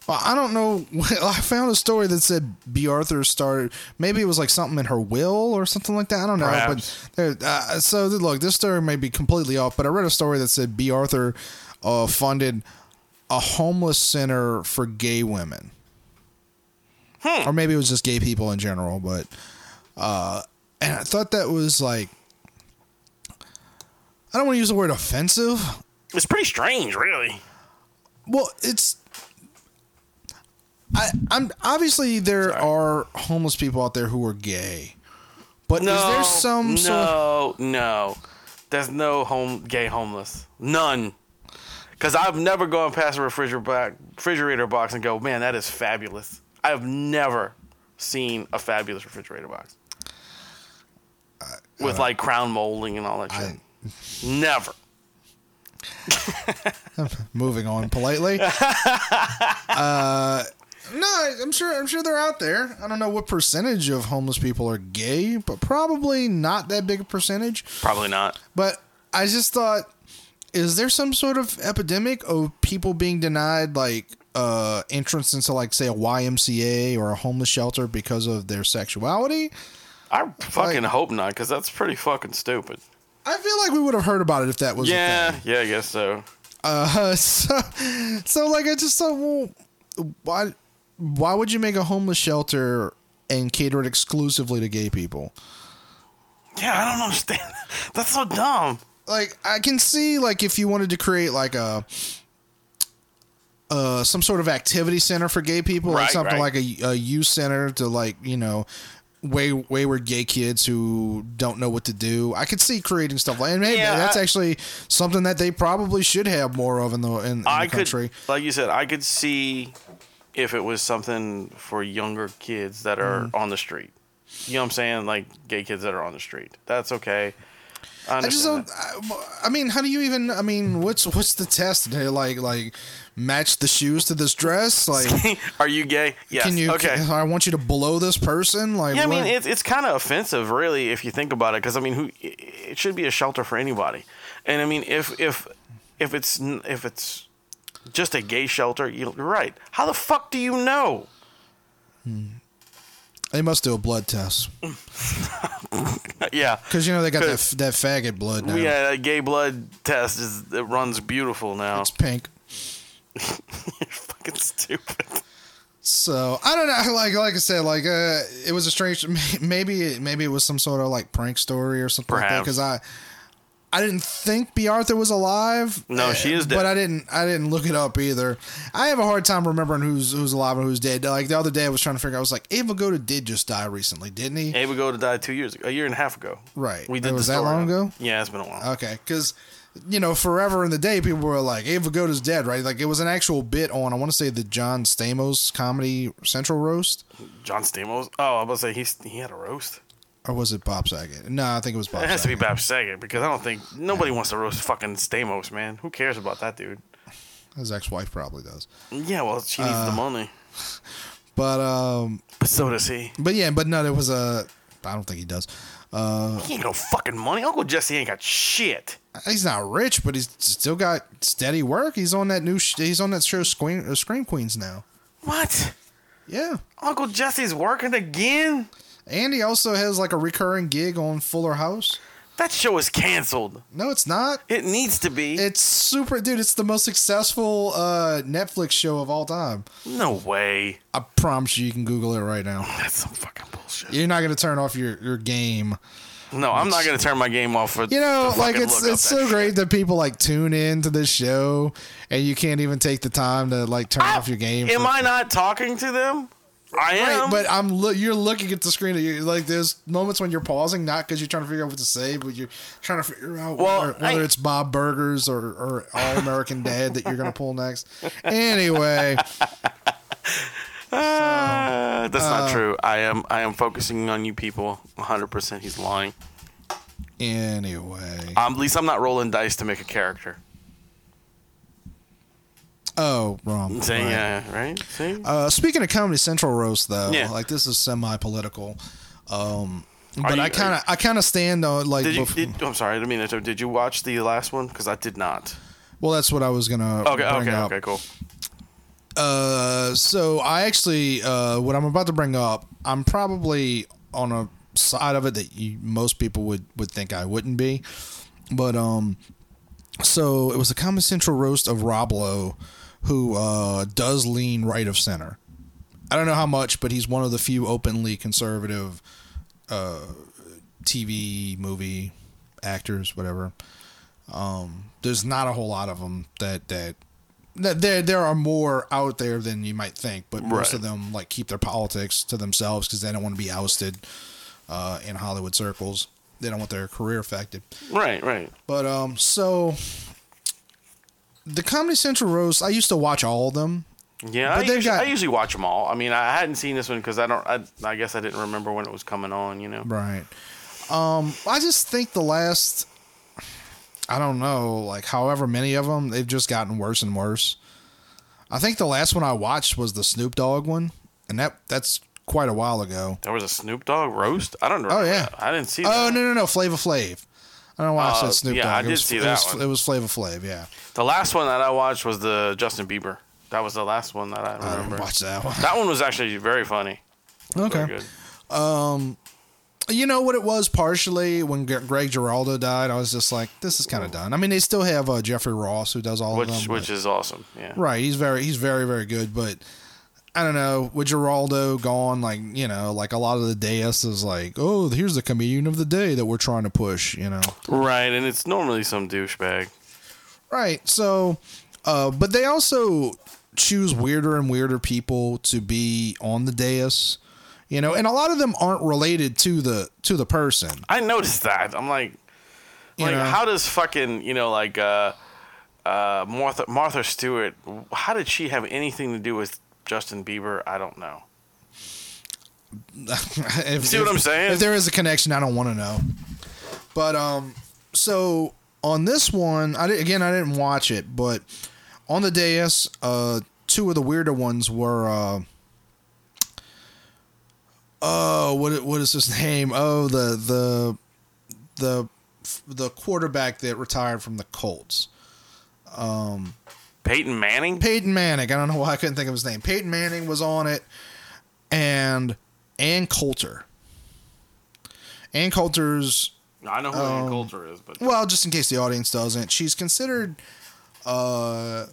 Speaker 3: Well, I don't know. (laughs) I found a story that said B. Arthur started. Maybe it was like something in her will or something like that. I don't know.
Speaker 2: Perhaps.
Speaker 3: But there, uh, so th- look, this story may be completely off. But I read a story that said B. Arthur uh, funded a homeless center for gay women, or maybe it was just gay people in general. But uh, and I thought that was like I don't want to use the word offensive.
Speaker 2: It's pretty strange, really.
Speaker 3: Well, it's. I, I'm obviously there are homeless people out there who are gay, but
Speaker 2: No.
Speaker 3: is there some
Speaker 2: no,
Speaker 3: sort? Of,
Speaker 2: no. There's no home gay homeless. None. Cause I've never gone past a refrigerator box, refrigerator box and go, man, that is fabulous. I've never seen a fabulous refrigerator box
Speaker 3: uh,
Speaker 2: with like crown molding and all that shit. never.
Speaker 3: moving on
Speaker 2: (laughs)
Speaker 3: politely. uh, no, I- I'm sure. I'm sure they're out there. I don't know what percentage of homeless people are gay, but probably not that big a percentage.
Speaker 2: Probably not.
Speaker 3: But I just thought, is there some sort of epidemic of people being denied like uh, entrance into like say a YMCA or a homeless shelter because of their sexuality?
Speaker 2: I fucking hope not, because that's pretty fucking stupid.
Speaker 3: I feel like we would have heard about it if that was a
Speaker 2: Yeah,
Speaker 3: thing.
Speaker 2: yeah, I guess so.
Speaker 3: Uh, (laughs) so, so like I just thought, well, why, why would you make a homeless shelter and cater it exclusively to gay people?
Speaker 2: Yeah, I don't understand. (laughs) That's so dumb.
Speaker 3: like I can see like if you wanted to create like a uh some sort of activity center for gay people like
Speaker 2: Right,
Speaker 3: something
Speaker 2: right.
Speaker 3: like a, a youth center to like you know way wayward gay kids who don't know what to do. I could see creating stuff like and maybe
Speaker 2: Yeah,
Speaker 3: that's
Speaker 2: I-
Speaker 3: actually something that they probably should have more of in the in, in
Speaker 2: I
Speaker 3: the country.
Speaker 2: could, like you said, I could see if it was something for younger kids that are
Speaker 3: Mm-hmm.
Speaker 2: on the street. You know what I'm saying? Like gay kids that are on the street. That's okay. I,
Speaker 3: I just don't.
Speaker 2: understand that.
Speaker 3: I, I mean, how do you even? I mean, what's what's the test? They like like match the shoes to this dress. Like,
Speaker 2: Are you gay? (laughs) Yes.
Speaker 3: can you?
Speaker 2: okay.
Speaker 3: I want you to blow this person. Like,
Speaker 2: yeah, I
Speaker 3: what?
Speaker 2: mean, it's it's kind of offensive, really, if you think about it. Because I mean, who? It it should be a shelter for anybody. And I mean, if if if it's n- if it's just a gay shelter, you- you're right. How the fuck do you know? (laughs)
Speaker 3: They must do a blood test
Speaker 2: yeah.
Speaker 3: because you know they got that that faggot blood now.
Speaker 2: Yeah, that gay blood test is it runs beautiful now.
Speaker 3: It's pink.
Speaker 2: You're fucking stupid.
Speaker 3: So I don't know. (laughs) Like like I said, like uh, it was a strange. (laughs) Maybe it- maybe it was some sort of like prank story or something like that.
Speaker 2: Perhaps.
Speaker 3: Because I I didn't think B Arthur was alive.
Speaker 2: No, she is dead.
Speaker 3: But I didn't I didn't look it up either. I have a hard time remembering who's who's alive and who's dead. Like the other day, I was trying to figure. out, I was like, Ava Goda did just die recently, didn't he?
Speaker 2: Abe Goda died two years ago, a year and a half ago.
Speaker 3: Right.
Speaker 2: We did
Speaker 3: Was
Speaker 2: the
Speaker 3: that
Speaker 2: story
Speaker 3: long
Speaker 2: on-
Speaker 3: ago?
Speaker 2: Yeah, it's been a while.
Speaker 3: Okay, because you know, forever in the day, people were like, Ava Goda's dead, right? Like, it was an actual bit on, I want to say, the John Stamos Comedy Central Roast.
Speaker 2: John Stamos. Oh, I was about to say he's, he had a roast.
Speaker 3: Or was it Bob Saget? No, I think it was Bob
Speaker 2: It has to be
Speaker 3: Saget.
Speaker 2: Bob Saget because I don't think nobody wants to roast fucking Stamos, man. Who cares about that dude?
Speaker 3: His ex wife probably does.
Speaker 2: Yeah, well, she needs
Speaker 3: Uh,
Speaker 2: the money,
Speaker 3: But, um,
Speaker 2: but so does he.
Speaker 3: but yeah, but no, it was a. I don't think he does. Uh,
Speaker 2: He ain't no fucking money. Uncle Jesse ain't got shit.
Speaker 3: he's not rich, but he's still got steady work. He's on that new. Sh- he's on that show Scream, uh, Scream Queens now.
Speaker 2: What?
Speaker 3: Yeah,
Speaker 2: Uncle Jesse's working again?
Speaker 3: and he also has like a recurring gig on Fuller House.
Speaker 2: That show is canceled.
Speaker 3: No, it's not.
Speaker 2: It needs to be.
Speaker 3: It's super, dude. It's the most successful uh, Netflix show of all time.
Speaker 2: no way.
Speaker 3: I promise you, you can Google it right now.
Speaker 2: That's some fucking bullshit.
Speaker 3: You're not gonna turn off your, your game.
Speaker 2: No, I'm not gonna turn my game off for
Speaker 3: You
Speaker 2: to
Speaker 3: know,
Speaker 2: fucking
Speaker 3: like it's
Speaker 2: look up
Speaker 3: it's
Speaker 2: that
Speaker 3: so
Speaker 2: shit.
Speaker 3: great that people like tune in to this show, and you can't even take the time to like turn off your game.
Speaker 2: Am
Speaker 3: for-
Speaker 2: I not talking to them? I am.
Speaker 3: Right, but I'm lo- you're looking at the screen. You like there's moments when you're pausing, not because you're trying to figure out what to say, but you're trying to figure out
Speaker 2: Well,
Speaker 3: whether, whether
Speaker 2: I-
Speaker 3: it's Bob Burgers or, or All American Dad that you're gonna pull next. Anyway,
Speaker 2: Uh, that's not true. I am. I am focusing on you people. 100. percent He's lying.
Speaker 3: anyway.
Speaker 2: Um, at least I'm not rolling dice to make a character.
Speaker 3: Oh, wrong.
Speaker 2: See,
Speaker 3: Right.
Speaker 2: yeah, right. See,
Speaker 3: Uh, speaking of Comedy Central roast, though,
Speaker 2: Yeah.
Speaker 3: like this is semi-political, um, but
Speaker 2: you-
Speaker 3: I kind of I kind of stand on like.
Speaker 2: did you?
Speaker 3: bef-
Speaker 2: Did, oh, I'm sorry. I didn't mean to. interrupt. Did you watch the last one? Because I did not.
Speaker 3: well, that's what I was gonna.
Speaker 2: Okay.
Speaker 3: bring
Speaker 2: Okay.
Speaker 3: up.
Speaker 2: Okay. Cool.
Speaker 3: Uh, so I actually, uh, what I'm about to bring up, I'm probably on a side of it that you, most people would would think I wouldn't be, but um, so it was a Comedy Central roast of Rob Lowe, who uh, does lean right of center. I don't know how much, but he's one of the few openly conservative uh, TV movie actors, whatever. Um, there's not a whole lot of them that that that there there are more out there than you might think, but most
Speaker 2: Right.
Speaker 3: of them like keep their politics to themselves because they don't want to be ousted uh, in Hollywood circles. They don't want their career affected.
Speaker 2: Right. Right.
Speaker 3: But um, so the Comedy Central roast, I used to watch all of them.
Speaker 2: Yeah. I
Speaker 3: But they've
Speaker 2: usually,
Speaker 3: got-
Speaker 2: I usually watch them all. I mean, I hadn't seen this one because I don't. I, I guess I didn't remember when it was coming on. You know.
Speaker 3: Right. Um, I just think the last, I don't know, like however many of them, they've just gotten worse and worse. I think the last one I watched was the Snoop Dogg one, and that that's quite a while ago.
Speaker 2: There was a Snoop Dogg roast. I don't.
Speaker 3: Oh
Speaker 2: Remember
Speaker 3: yeah,
Speaker 2: that. I didn't see.
Speaker 3: Oh
Speaker 2: that.
Speaker 3: no no no, Flava Flav. I don't know why I
Speaker 2: Uh,
Speaker 3: said Snoop
Speaker 2: yeah,
Speaker 3: Dogg.
Speaker 2: I
Speaker 3: it
Speaker 2: did
Speaker 3: was,
Speaker 2: see
Speaker 3: it
Speaker 2: that
Speaker 3: was-
Speaker 2: one.
Speaker 3: It was Flava Flav. Yeah,
Speaker 2: The last one that I watched was the Justin Bieber. That was the last one that I
Speaker 3: I
Speaker 2: remember.
Speaker 3: didn't watch that one.
Speaker 2: That one was actually very funny. Very
Speaker 3: Okay.
Speaker 2: good.
Speaker 3: you know what it was partially when G- Greg Giraldo died. I was just like, this is kind of done. I mean, they still have uh, Jeffrey Ross who does all
Speaker 2: Oh. Which
Speaker 3: of them.
Speaker 2: which
Speaker 3: but-
Speaker 2: is awesome. Yeah.
Speaker 3: right. He's very he's very very good, but. I don't know. With Geraldo gone, like you know, like a lot of the dais is like, oh, here's the comedian of the day that we're trying to push. You know,
Speaker 2: Right, and it's normally some douchebag.
Speaker 3: Right. So, uh, but they also choose weirder and weirder people to be on the dais, you know, and a lot of them aren't related to the to the person.
Speaker 2: I noticed that. I'm like,
Speaker 3: You
Speaker 2: like
Speaker 3: know?
Speaker 2: how does fucking you know like uh, uh, Martha Martha Stewart? How did she have anything to do with Justin Bieber? I don't know.
Speaker 3: if,
Speaker 2: See what
Speaker 3: if-
Speaker 2: I'm saying?
Speaker 3: If there is a connection, I don't want to know. But um, so on this one, I did, again I didn't watch it, but on the dais, uh, two of the weirder ones were uh, oh, what i- what is his name? Oh, the the the the quarterback that retired from the Colts.
Speaker 2: Peyton Manning.
Speaker 3: Peyton Manning. I don't know why I couldn't think of his name. Peyton Manning was on it, and Ann Coulter. Ann Coulter's
Speaker 2: I know who
Speaker 3: Oh.
Speaker 2: Ann Coulter is, but
Speaker 3: well, just in case the audience doesn't, she's considered a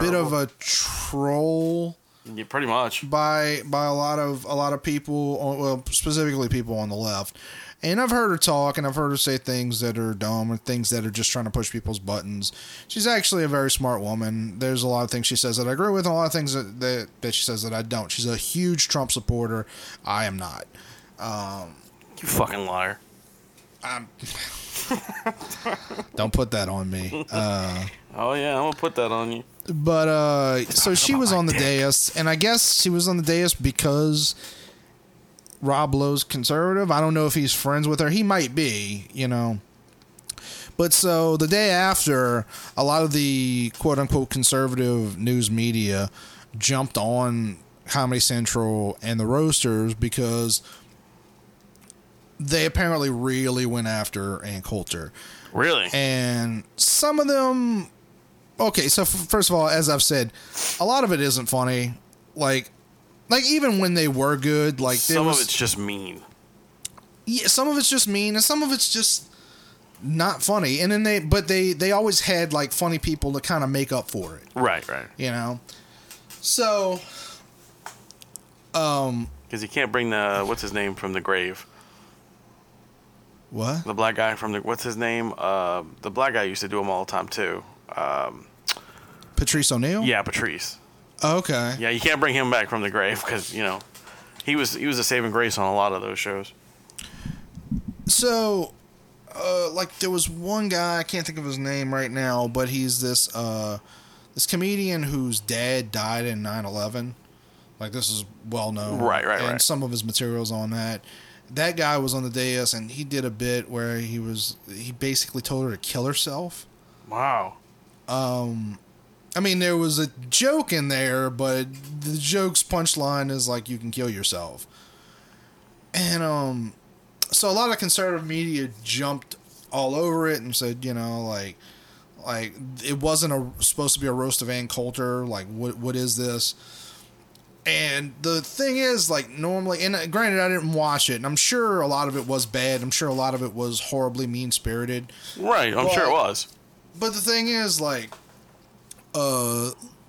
Speaker 3: bit of a troll
Speaker 2: yeah, pretty much.
Speaker 3: by by a lot of a lot of people, on- well, specifically people on the left. And I've heard her talk, and I've heard her say things that are dumb or things that are just trying to push people's buttons. She's actually a very smart woman. There's a lot of things she says that I agree with, and a lot of things that that, that she says that I don't. She's a huge Trump supporter. I am not.
Speaker 2: You fucking liar.
Speaker 3: I'm. Don't put that on me. Uh,
Speaker 2: Oh yeah, I'm gonna put that on you.
Speaker 3: but uh, so
Speaker 2: talking
Speaker 3: she
Speaker 2: about
Speaker 3: was
Speaker 2: my
Speaker 3: on the
Speaker 2: dick.
Speaker 3: dais, and I guess she was on the dais because Rob Lowe's conservative. I don't know if he's friends with her. He might be, you know. But so the day after, a lot of the quote unquote conservative news media jumped on Comedy Central and the roasters because they apparently really went after Ann Coulter
Speaker 2: Really?
Speaker 3: and some of them okay so f- first of all as i've said a lot of it isn't funny like like even when they were good like there
Speaker 2: Some
Speaker 3: was
Speaker 2: of it's just mean.
Speaker 3: yeah, some of it's just mean and some of it's just not funny and then they but they they always had like funny people to kind of make up for it
Speaker 2: Right, right.
Speaker 3: you know so
Speaker 2: Because you can't bring the what's his name from the grave.
Speaker 3: what
Speaker 2: The black guy from the what's his name? Uh, the black guy used to do them all the time too.
Speaker 3: patrice o'neill
Speaker 2: Yeah, Patrice.
Speaker 3: okay
Speaker 2: Yeah, you can't bring him back from the grave because you know he was he was a saving grace on a lot of those shows.
Speaker 3: So, uh, like there was one guy I can't think of his name right now, but he's this uh, this comedian whose dad died in 9-11. Like this is well known,
Speaker 2: Right, right,
Speaker 3: And
Speaker 2: right.
Speaker 3: some of his materials on that. That guy was on the dais, and he did a bit where he was he basically told her to kill herself.
Speaker 2: Wow.
Speaker 3: I mean, there was a joke in there, but the joke's punchline is like you can kill yourself. And um so a lot of conservative media jumped all over it and said, you know, like like it wasn't a, supposed to be a roast of Ann Coulter, like what what is this? And the thing is, like normally, and uh, granted, I didn't watch it, and I'm sure a lot of it was bad. I'm sure a lot of it was horribly mean spirited
Speaker 2: Right, I'm sure it
Speaker 3: Well-
Speaker 2: was.
Speaker 3: but the thing is like uh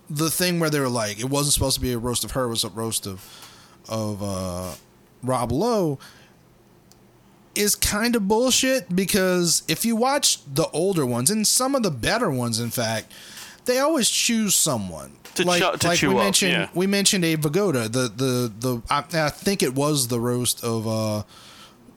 Speaker 3: the thing where they were like it wasn't supposed to be a roast of her it was a roast of of uh rob lowe is kind of bullshit because if you watch the older ones and some of the better ones in fact they always choose someone
Speaker 2: To chu- to
Speaker 3: like
Speaker 2: chew
Speaker 3: we
Speaker 2: up,
Speaker 3: mentioned
Speaker 2: yeah.
Speaker 3: we mentioned a Vigoda, the the the I, I think it was the roast of uh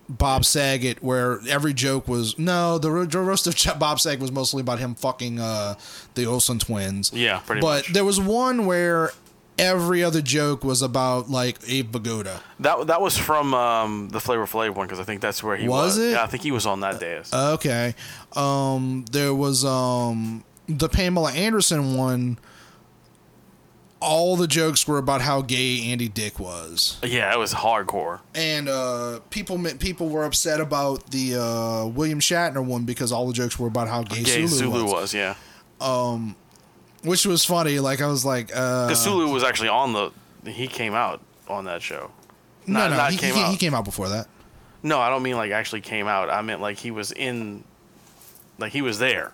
Speaker 3: Bob Saget, where every joke was no. The, ro- the roast of Ch- Bob Saget was mostly about him fucking uh, the Olsen twins.
Speaker 2: Yeah, pretty
Speaker 3: but
Speaker 2: much.
Speaker 3: there was one where every other joke was about like Abe Vigoda.
Speaker 2: That that was from um, the Flavor Flav one because I think that's where he
Speaker 3: Was
Speaker 2: was.
Speaker 3: it?
Speaker 2: Yeah, I think he was on that dais.
Speaker 3: Okay, um, there was um, the Pamela Anderson one. All the jokes were about how gay Andy Dick was.
Speaker 2: yeah, it was hardcore.
Speaker 3: and uh, people me- people were upset about the uh, William Shatner one because all the jokes were about how gay,
Speaker 2: Gay
Speaker 3: Sulu,
Speaker 2: Zulu
Speaker 3: was,
Speaker 2: was, yeah.
Speaker 3: which was funny. Like I was like, uh,
Speaker 2: Because Sulu was actually on the. He came out on that show.
Speaker 3: no,
Speaker 2: Not-
Speaker 3: no,
Speaker 2: not
Speaker 3: he,
Speaker 2: came
Speaker 3: he,
Speaker 2: out.
Speaker 3: he came out before that.
Speaker 2: No, I don't mean like actually came out. I meant like he was in. Like he was there.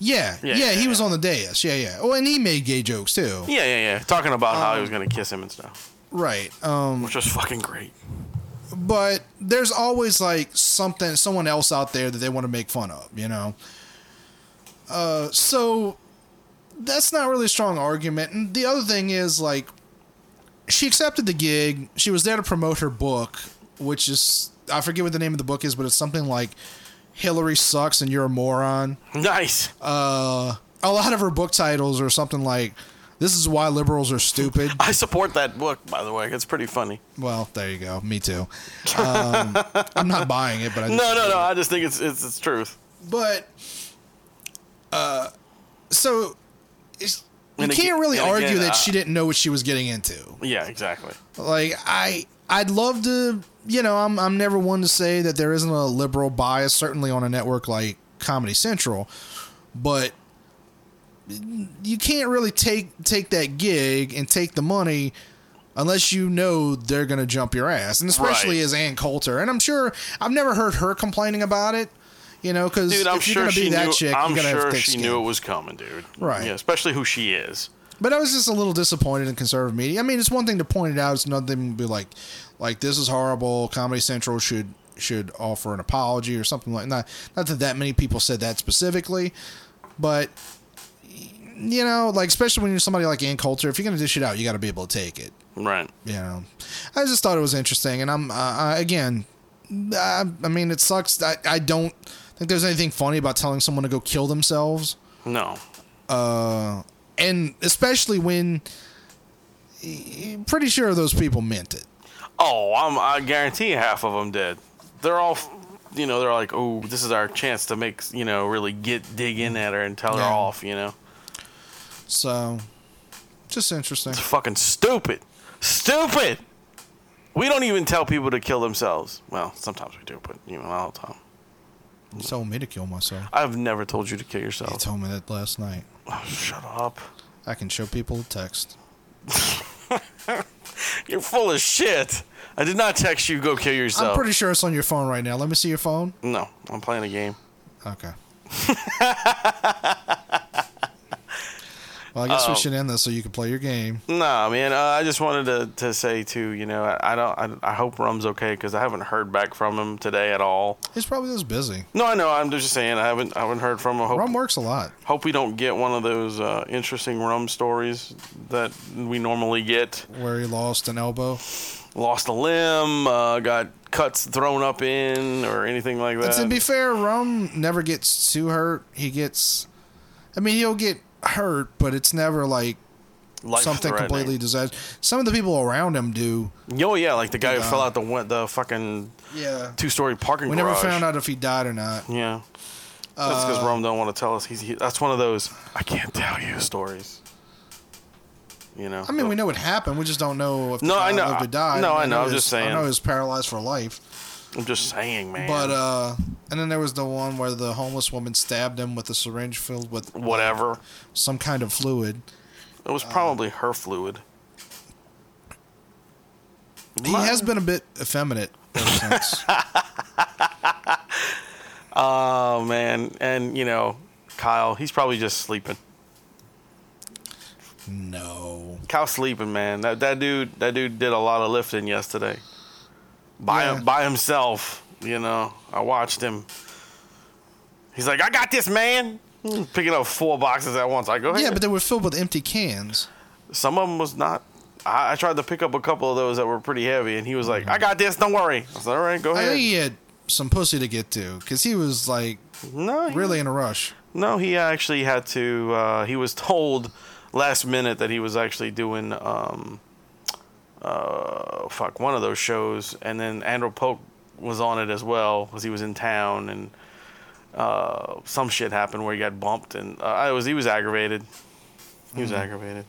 Speaker 3: Yeah, yeah,
Speaker 2: Yeah,
Speaker 3: he
Speaker 2: yeah,
Speaker 3: was
Speaker 2: yeah.
Speaker 3: on the dais. Yeah, yeah. Oh, and he made gay jokes too.
Speaker 2: Yeah, yeah, yeah. Talking about how
Speaker 3: Um,
Speaker 2: he was going to kiss him and stuff,
Speaker 3: Right. Um,
Speaker 2: which was fucking great.
Speaker 3: but there's always like something, someone else out there that they want to make fun of. You know. Uh, so that's not really a strong argument. And the other thing is like she accepted the gig. She was there to promote her book, which is I forget what the name of the book is, but it's something like Hillary sucks and you're a moron. (laughs)
Speaker 2: Nice.
Speaker 3: Uh, a lot of her book titles are something like "This is why liberals are stupid."
Speaker 2: I support that book, by the way. It's pretty funny.
Speaker 3: well, there you go. Me too. Um, I'm not buying it, but I just,
Speaker 2: No, no, no. I just think it's it's, it's truth.
Speaker 3: but uh, so it's, you
Speaker 2: And
Speaker 3: can't
Speaker 2: aga-
Speaker 3: really
Speaker 2: and
Speaker 3: argue
Speaker 2: again,
Speaker 3: that
Speaker 2: uh,
Speaker 3: she didn't know what she was getting into.
Speaker 2: Yeah, exactly.
Speaker 3: Like I, I'd love to. You know, I'm I'm never one to say that there isn't a liberal bias, certainly on a network like Comedy Central, but you can't really take take that gig and take the money unless you know they're gonna jump your ass, and especially
Speaker 2: Right.
Speaker 3: as Ann Coulter. And I'm sure I've never heard her complaining about it. You know, because
Speaker 2: Dude, I'm
Speaker 3: if you're
Speaker 2: sure
Speaker 3: gonna be
Speaker 2: she
Speaker 3: that
Speaker 2: knew.
Speaker 3: chick,
Speaker 2: I'm
Speaker 3: you're gonna
Speaker 2: sure
Speaker 3: have thick
Speaker 2: she
Speaker 3: skin.
Speaker 2: knew it was coming, dude.
Speaker 3: Right.
Speaker 2: Yeah, especially who she is.
Speaker 3: But I was just a little disappointed in conservative media. I mean, it's one thing to point it out; it's another thing to be like, like this is horrible. Comedy Central should should offer an apology or something like that. Not that that many people said that specifically, but you know, like especially when you're somebody like Ann Coulter, if you're gonna dish it out, you got to be able to take it.
Speaker 2: Right.
Speaker 3: You know, I just thought it was interesting, and I'm uh, I, again, I, I mean, it sucks. I, I don't think there's anything funny about telling someone to go kill themselves.
Speaker 2: No.
Speaker 3: And especially when I'm pretty sure those people meant it.
Speaker 2: Oh, I'm, I guarantee half of them did. They're all, you know, they're like, oh, this is our chance to make, you know, really get dig in at her and tell
Speaker 3: Yeah.
Speaker 2: her off, you know.
Speaker 3: So, just interesting.
Speaker 2: It's fucking stupid. Stupid! We don't even tell people to kill themselves. Well, sometimes we do, but, you know, all the time.
Speaker 3: You told me to kill myself.
Speaker 2: I've never told you to kill yourself.
Speaker 3: You told me that last night.
Speaker 2: Oh, shut up.
Speaker 3: I can show people the text.
Speaker 2: You're full of shit. I did not text you, go kill yourself.
Speaker 3: I'm pretty sure it's on your phone right now. Let me see your phone.
Speaker 2: no, I'm playing a game.
Speaker 3: Okay. well, I guess we should end this so you can play your game.
Speaker 2: Nah, man. Uh, I just wanted to, to say too. You know, I, I don't. I, I hope Rum's okay because I haven't heard back from him today at all.
Speaker 3: He's probably just busy.
Speaker 2: No, I know. I'm just saying. I haven't. I haven't heard from him. Hope,
Speaker 3: Rum works a lot.
Speaker 2: hope we don't get one of those uh, interesting Rum stories that we normally get.
Speaker 3: Where he lost an elbow.
Speaker 2: Lost a limb. Uh, got cuts thrown up in or anything like that.
Speaker 3: But to be fair, Rum never gets too hurt. He gets, I mean, he'll get hurt, but it's never like something
Speaker 2: Life-threatening.
Speaker 3: completely disastrous. Some of the people around him do.
Speaker 2: Oh yeah, like the guy who
Speaker 3: Yeah.
Speaker 2: fell out the win- the fucking
Speaker 3: Yeah.
Speaker 2: two story parking.
Speaker 3: We never
Speaker 2: garage.
Speaker 3: found out if he died or not.
Speaker 2: Yeah. That's
Speaker 3: Uh,
Speaker 2: because Rome don't want to tell us. He's he, that's one of those I can't tell you stories. You know.
Speaker 3: I mean, we know what happened. We just don't know if the
Speaker 2: No,
Speaker 3: guy
Speaker 2: I know.
Speaker 3: lived or died.
Speaker 2: No, I know. I'm
Speaker 3: he's-
Speaker 2: just
Speaker 3: I
Speaker 2: saying.
Speaker 3: know he's paralyzed for life.
Speaker 2: I'm just saying, man.
Speaker 3: But uh, and then there was the one where the homeless woman stabbed him with a syringe filled with
Speaker 2: whatever.
Speaker 3: some kind of fluid.
Speaker 2: It
Speaker 3: uh,
Speaker 2: was probably her fluid.
Speaker 3: He
Speaker 2: Mine-
Speaker 3: has been a bit effeminate ever since. (laughs)
Speaker 2: Oh man, and you know, Kyle, he's probably just sleeping.
Speaker 3: no,
Speaker 2: Kyle's sleeping, man. That that dude, that dude did a lot of lifting yesterday. By
Speaker 3: Yeah.
Speaker 2: by himself, you know. I watched him. He's like, I got this, man. Picking up four boxes at once. I go,
Speaker 3: yeah,
Speaker 2: ahead.
Speaker 3: but they were filled with empty cans.
Speaker 2: some of them was not. I, I tried to pick up a couple of those that were pretty heavy, and he was like, "I got this, don't worry." I said, "All right, go
Speaker 3: I
Speaker 2: ahead."
Speaker 3: think he had some pussy to get to because he was like
Speaker 2: no, he,
Speaker 3: really in a rush.
Speaker 2: No, he actually had to. Uh, he was (laughs) told last minute that he was actually doing, um, uh, fuck, one of those shows, and then Andrew Polk was on it as well because he was in town, and uh, some shit happened where he got bumped, and uh, I was he was aggravated. He was aggravated,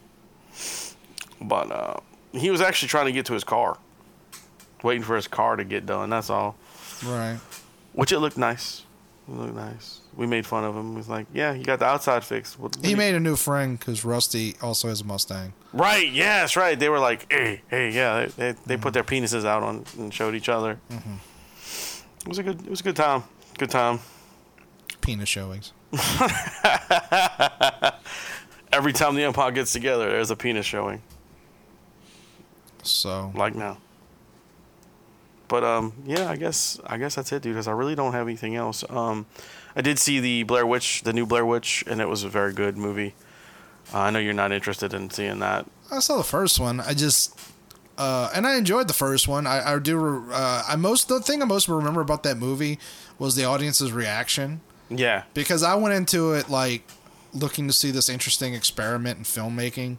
Speaker 2: but uh, he was actually trying to get to his car, waiting for his car to get done. That's all.
Speaker 3: Right.
Speaker 2: Which it looked nice. It looked nice. We made fun of him. He was like, "Yeah, you got the outside fixed." What-
Speaker 3: He made a new friend because Rusty also has a Mustang.
Speaker 2: right. Yeah, that's right. They were like, "Hey, hey, yeah." They, they, they put their penises out on and showed each other.
Speaker 3: Mm-hmm.
Speaker 2: It was a good. It was a good time. Good time.
Speaker 3: Penis showings.
Speaker 2: Every time the umpire gets together, there's a penis showing,
Speaker 3: So
Speaker 2: like now. But um, yeah, I guess I guess that's it, dude. Because I really don't have anything else. Um, I did see the Blair Witch, the new Blair Witch, and it was a very good movie. Uh, I know you're not interested in seeing that.
Speaker 3: I saw the first one. I just uh, and I enjoyed the first one. I, I do. re- Uh, I most the thing I most remember about that movie was the audience's reaction
Speaker 2: Yeah.
Speaker 3: because I went into it like looking to see this interesting experiment in filmmaking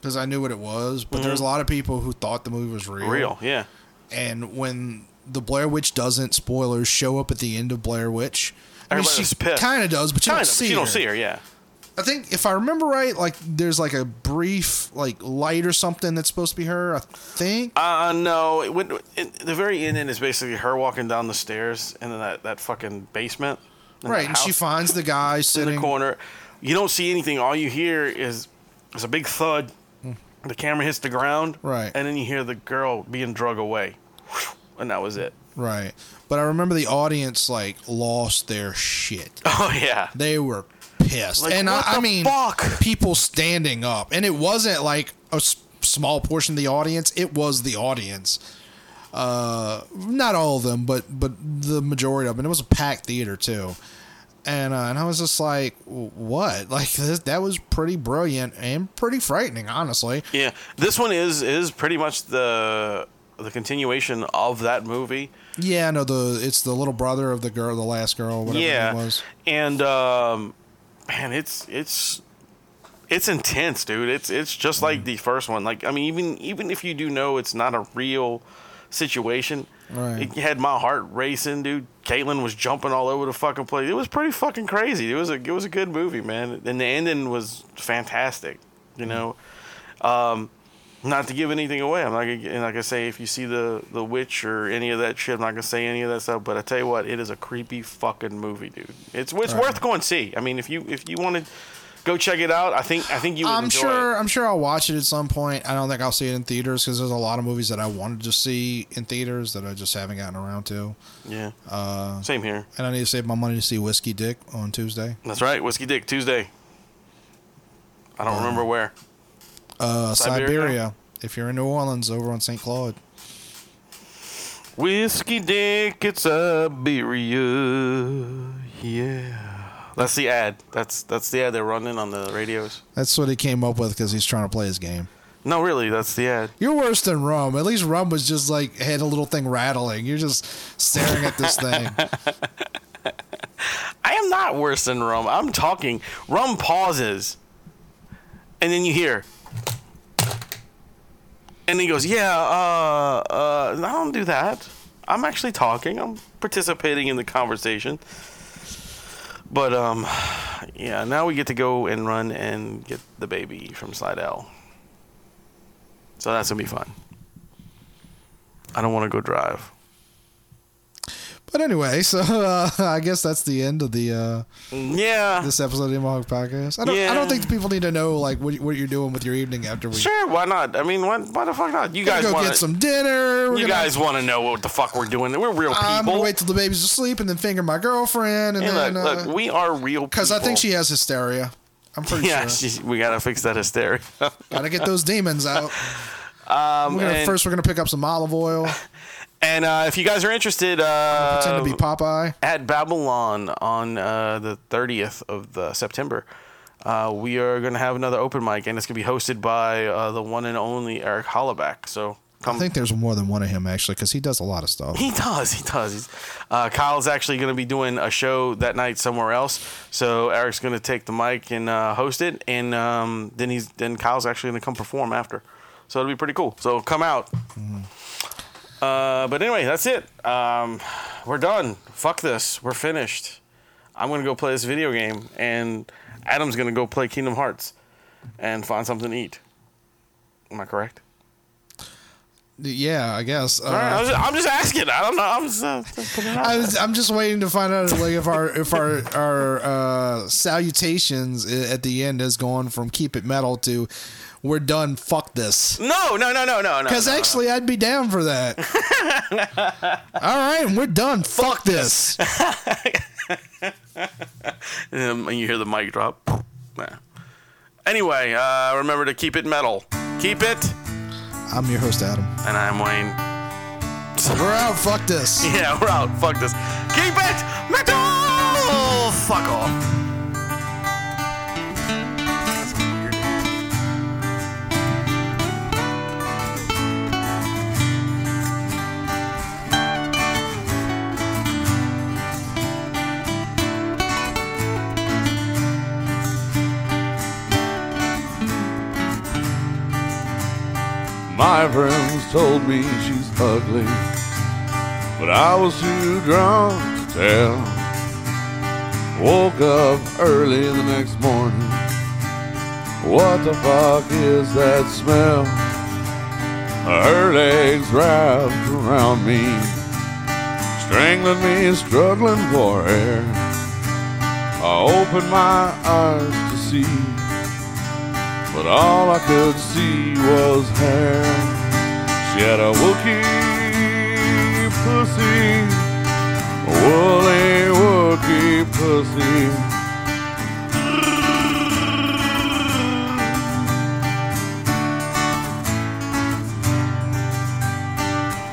Speaker 3: because I knew what it was. But there's a lot of people who thought the movie was real.
Speaker 2: Real, yeah.
Speaker 3: And when the Blair Witch doesn't spoilers show up at the end of Blair Witch. I mean,
Speaker 2: Everybody's
Speaker 3: she
Speaker 2: pissed.
Speaker 3: kind of does, but you
Speaker 2: Kind
Speaker 3: don't
Speaker 2: of.
Speaker 3: see
Speaker 2: You
Speaker 3: her.
Speaker 2: don't see her, yeah.
Speaker 3: I think if I remember right, like there's like a brief like light or something that's supposed to be her. I think.
Speaker 2: Uh, no. It, went- it, the very end is basically her walking down the stairs in that, that fucking basement. in
Speaker 3: right,
Speaker 2: that
Speaker 3: and she
Speaker 2: house
Speaker 3: finds the guy
Speaker 2: in
Speaker 3: sitting.
Speaker 2: the corner. You don't see anything. All you hear is is a big thud. The camera hits the ground.
Speaker 3: Right.
Speaker 2: And then you hear the girl being drug away. And that was it.
Speaker 3: Right, but I remember the audience like lost their shit.
Speaker 2: Oh, yeah.
Speaker 3: They were pissed,
Speaker 2: Like,
Speaker 3: and
Speaker 2: what
Speaker 3: I, I
Speaker 2: the
Speaker 3: mean,
Speaker 2: fuck?
Speaker 3: people standing up, and it wasn't like a s- small portion of the audience. It was the audience. Uh, not all of them, but but the majority of them. It was a packed theater too, and uh, and I was just like, "W- what? (laughs) Like this, that was pretty brilliant and pretty frightening, honestly.
Speaker 2: Yeah, this one is is pretty much the the continuation of that movie,
Speaker 3: Yeah, no, the it's the little brother of the girl, the last girl, whatever
Speaker 2: yeah,
Speaker 3: it was.
Speaker 2: and um, man, it's it's it's intense, dude. It's it's just
Speaker 3: Mm.
Speaker 2: like the first one. Like I mean, even even if you do know it's not a real situation,
Speaker 3: Right.
Speaker 2: it had my heart racing, dude. Caitlin was jumping all over the fucking place. It was pretty fucking crazy. It was a it was a good movie, man. And the ending was fantastic.
Speaker 3: Mm.
Speaker 2: You know, um, not to give anything away. I'm not gonna, and like I say, if you see the the witch or any of that shit, I'm not gonna say any of that stuff. But I tell you what, it is a creepy fucking movie, dude. It's it's worth going to see. I mean, if you if you want to go check it out, I think I think you would
Speaker 3: I'm
Speaker 2: enjoy
Speaker 3: sure.
Speaker 2: it.
Speaker 3: I'm sure I'll watch it at some point. I don't think I'll see it in theaters because there's a lot of movies that I wanted to see in theaters that I just haven't gotten around to.
Speaker 2: Yeah. Same here.
Speaker 3: And I need to save my money to see Whiskey Dick on Tuesday.
Speaker 2: That's right. Whiskey Dick Tuesday. I don't remember where.
Speaker 3: Uh,
Speaker 2: Siberia?
Speaker 3: Siberia. If you're in New Orleans, over on St. Claude.
Speaker 2: Whiskey Dick, it's Siberia. Yeah. That's the ad. That's that's the ad they're running on the radios.
Speaker 3: That's what he came up with because he's trying to play his game.
Speaker 2: No, really, that's the ad.
Speaker 3: You're worse than Rum. At least Rum was just like had a little thing rattling. You're just staring at this
Speaker 2: (laughs)
Speaker 3: thing.
Speaker 2: I am not worse than Rum. I'm talking. Rum pauses, and then you hear, and he goes, "Yeah, uh, uh, I don't do that. I'm actually talking. I'm participating in the conversation." But um, yeah. Now we get to go and run and get the baby from Slide L. So that's gonna be fun. I don't want to go drive.
Speaker 3: But anyway, so uh, (laughs) I guess that's the end of the uh,
Speaker 2: Yeah.
Speaker 3: this episode of the Mohawk Podcast. I don't, I
Speaker 2: Yeah.
Speaker 3: don't think people need to know like what, what you're doing with your evening after we
Speaker 2: Sure, why not? I mean, why, why the fuck not? You
Speaker 3: Gonna
Speaker 2: guys
Speaker 3: go
Speaker 2: want
Speaker 3: get some dinner. We're
Speaker 2: You
Speaker 3: gonna-
Speaker 2: guys want to know what the fuck we're doing? We're real
Speaker 3: I'm gonna
Speaker 2: people.
Speaker 3: wait till the baby's asleep and then finger my girlfriend and
Speaker 2: Hey,
Speaker 3: then uh,
Speaker 2: look, look, we are real people.
Speaker 3: because I think she has hysteria. I'm
Speaker 2: (laughs)
Speaker 3: pretty
Speaker 2: Yeah,
Speaker 3: sure.
Speaker 2: she, we gotta fix that hysteria. (laughs)
Speaker 3: Gotta get those demons out.
Speaker 2: Um,
Speaker 3: We're gonna,
Speaker 2: and
Speaker 3: first, we're gonna pick up some olive oil.
Speaker 2: and uh, if you guys are interested,
Speaker 3: Pretend
Speaker 2: uh,
Speaker 3: to be Popeye.
Speaker 2: at Babylon on uh, the 30th of the September, uh, we are gonna have another open mic, and it's gonna be hosted by uh, the one and only Eric Hollaback. So come
Speaker 3: I think there's more than one of him actually because he does a lot of stuff.
Speaker 2: um, He does. He does. He's, uh, Kyle's actually going to be doing a show that night somewhere else. So Eric's going to take the mic and uh, host it, and um, then he's then Kyle's actually going to come perform after. So it'll be pretty cool. So come out.
Speaker 3: Mm-hmm.
Speaker 2: Uh, but anyway, that's it. Um, we're done. Fuck this. We're finished. I'm going to go play this video game, and Adam's going to go play Kingdom Hearts and find something to eat. Am I correct?
Speaker 3: Yeah, I guess. Uh,
Speaker 2: All right, I'm, just, I'm just asking. I don't know. I'm just, uh, just putting it out
Speaker 3: I
Speaker 2: there.
Speaker 3: was, I'm just waiting to find out like if our if our our uh, salutations i- at the end has gone from keep it metal to we're done. Fuck this.
Speaker 2: No, no, no, no, no, no.
Speaker 3: Because
Speaker 2: no, no.
Speaker 3: actually, I'd be down for
Speaker 2: (laughs)
Speaker 3: that. All right, we're done. Fuck
Speaker 2: (laughs)
Speaker 3: this.
Speaker 2: Um, and you hear the mic drop. Nah. Anyway, uh, remember to keep it metal. Keep it,
Speaker 3: I'm your host, Adam.
Speaker 2: and I'm Wayne. (laughs)
Speaker 3: We're out. Fuck this.
Speaker 2: Yeah, we're out. Fuck this. Keep it metal. Fuck off. That's weird.
Speaker 4: My friends told me she's ugly, but I was too drunk to tell. Woke up early the next morning. What the fuck is that smell? Her legs wrapped around me, strangling me, struggling for air. I opened my eyes to see but all I could see was hair. She had a Wookiee pussy, a woolly Wookiee pussy.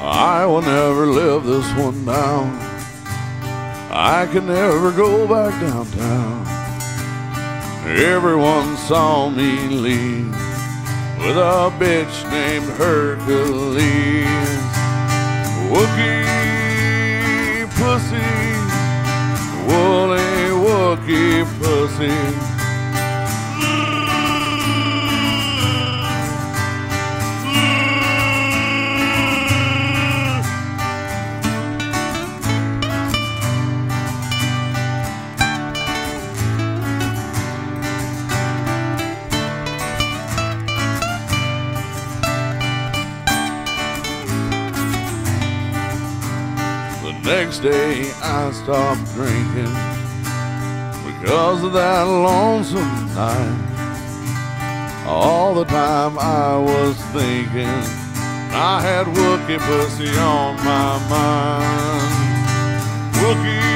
Speaker 4: I will never live this one down. I can never go back downtown. Everyone saw me leave with a bitch named Hercules. Wookie pussy, woolly wookie pussy. The next day I stopped drinking because of that lonesome night. All the time I was thinking I had Wookie pussy on my mind. Wookie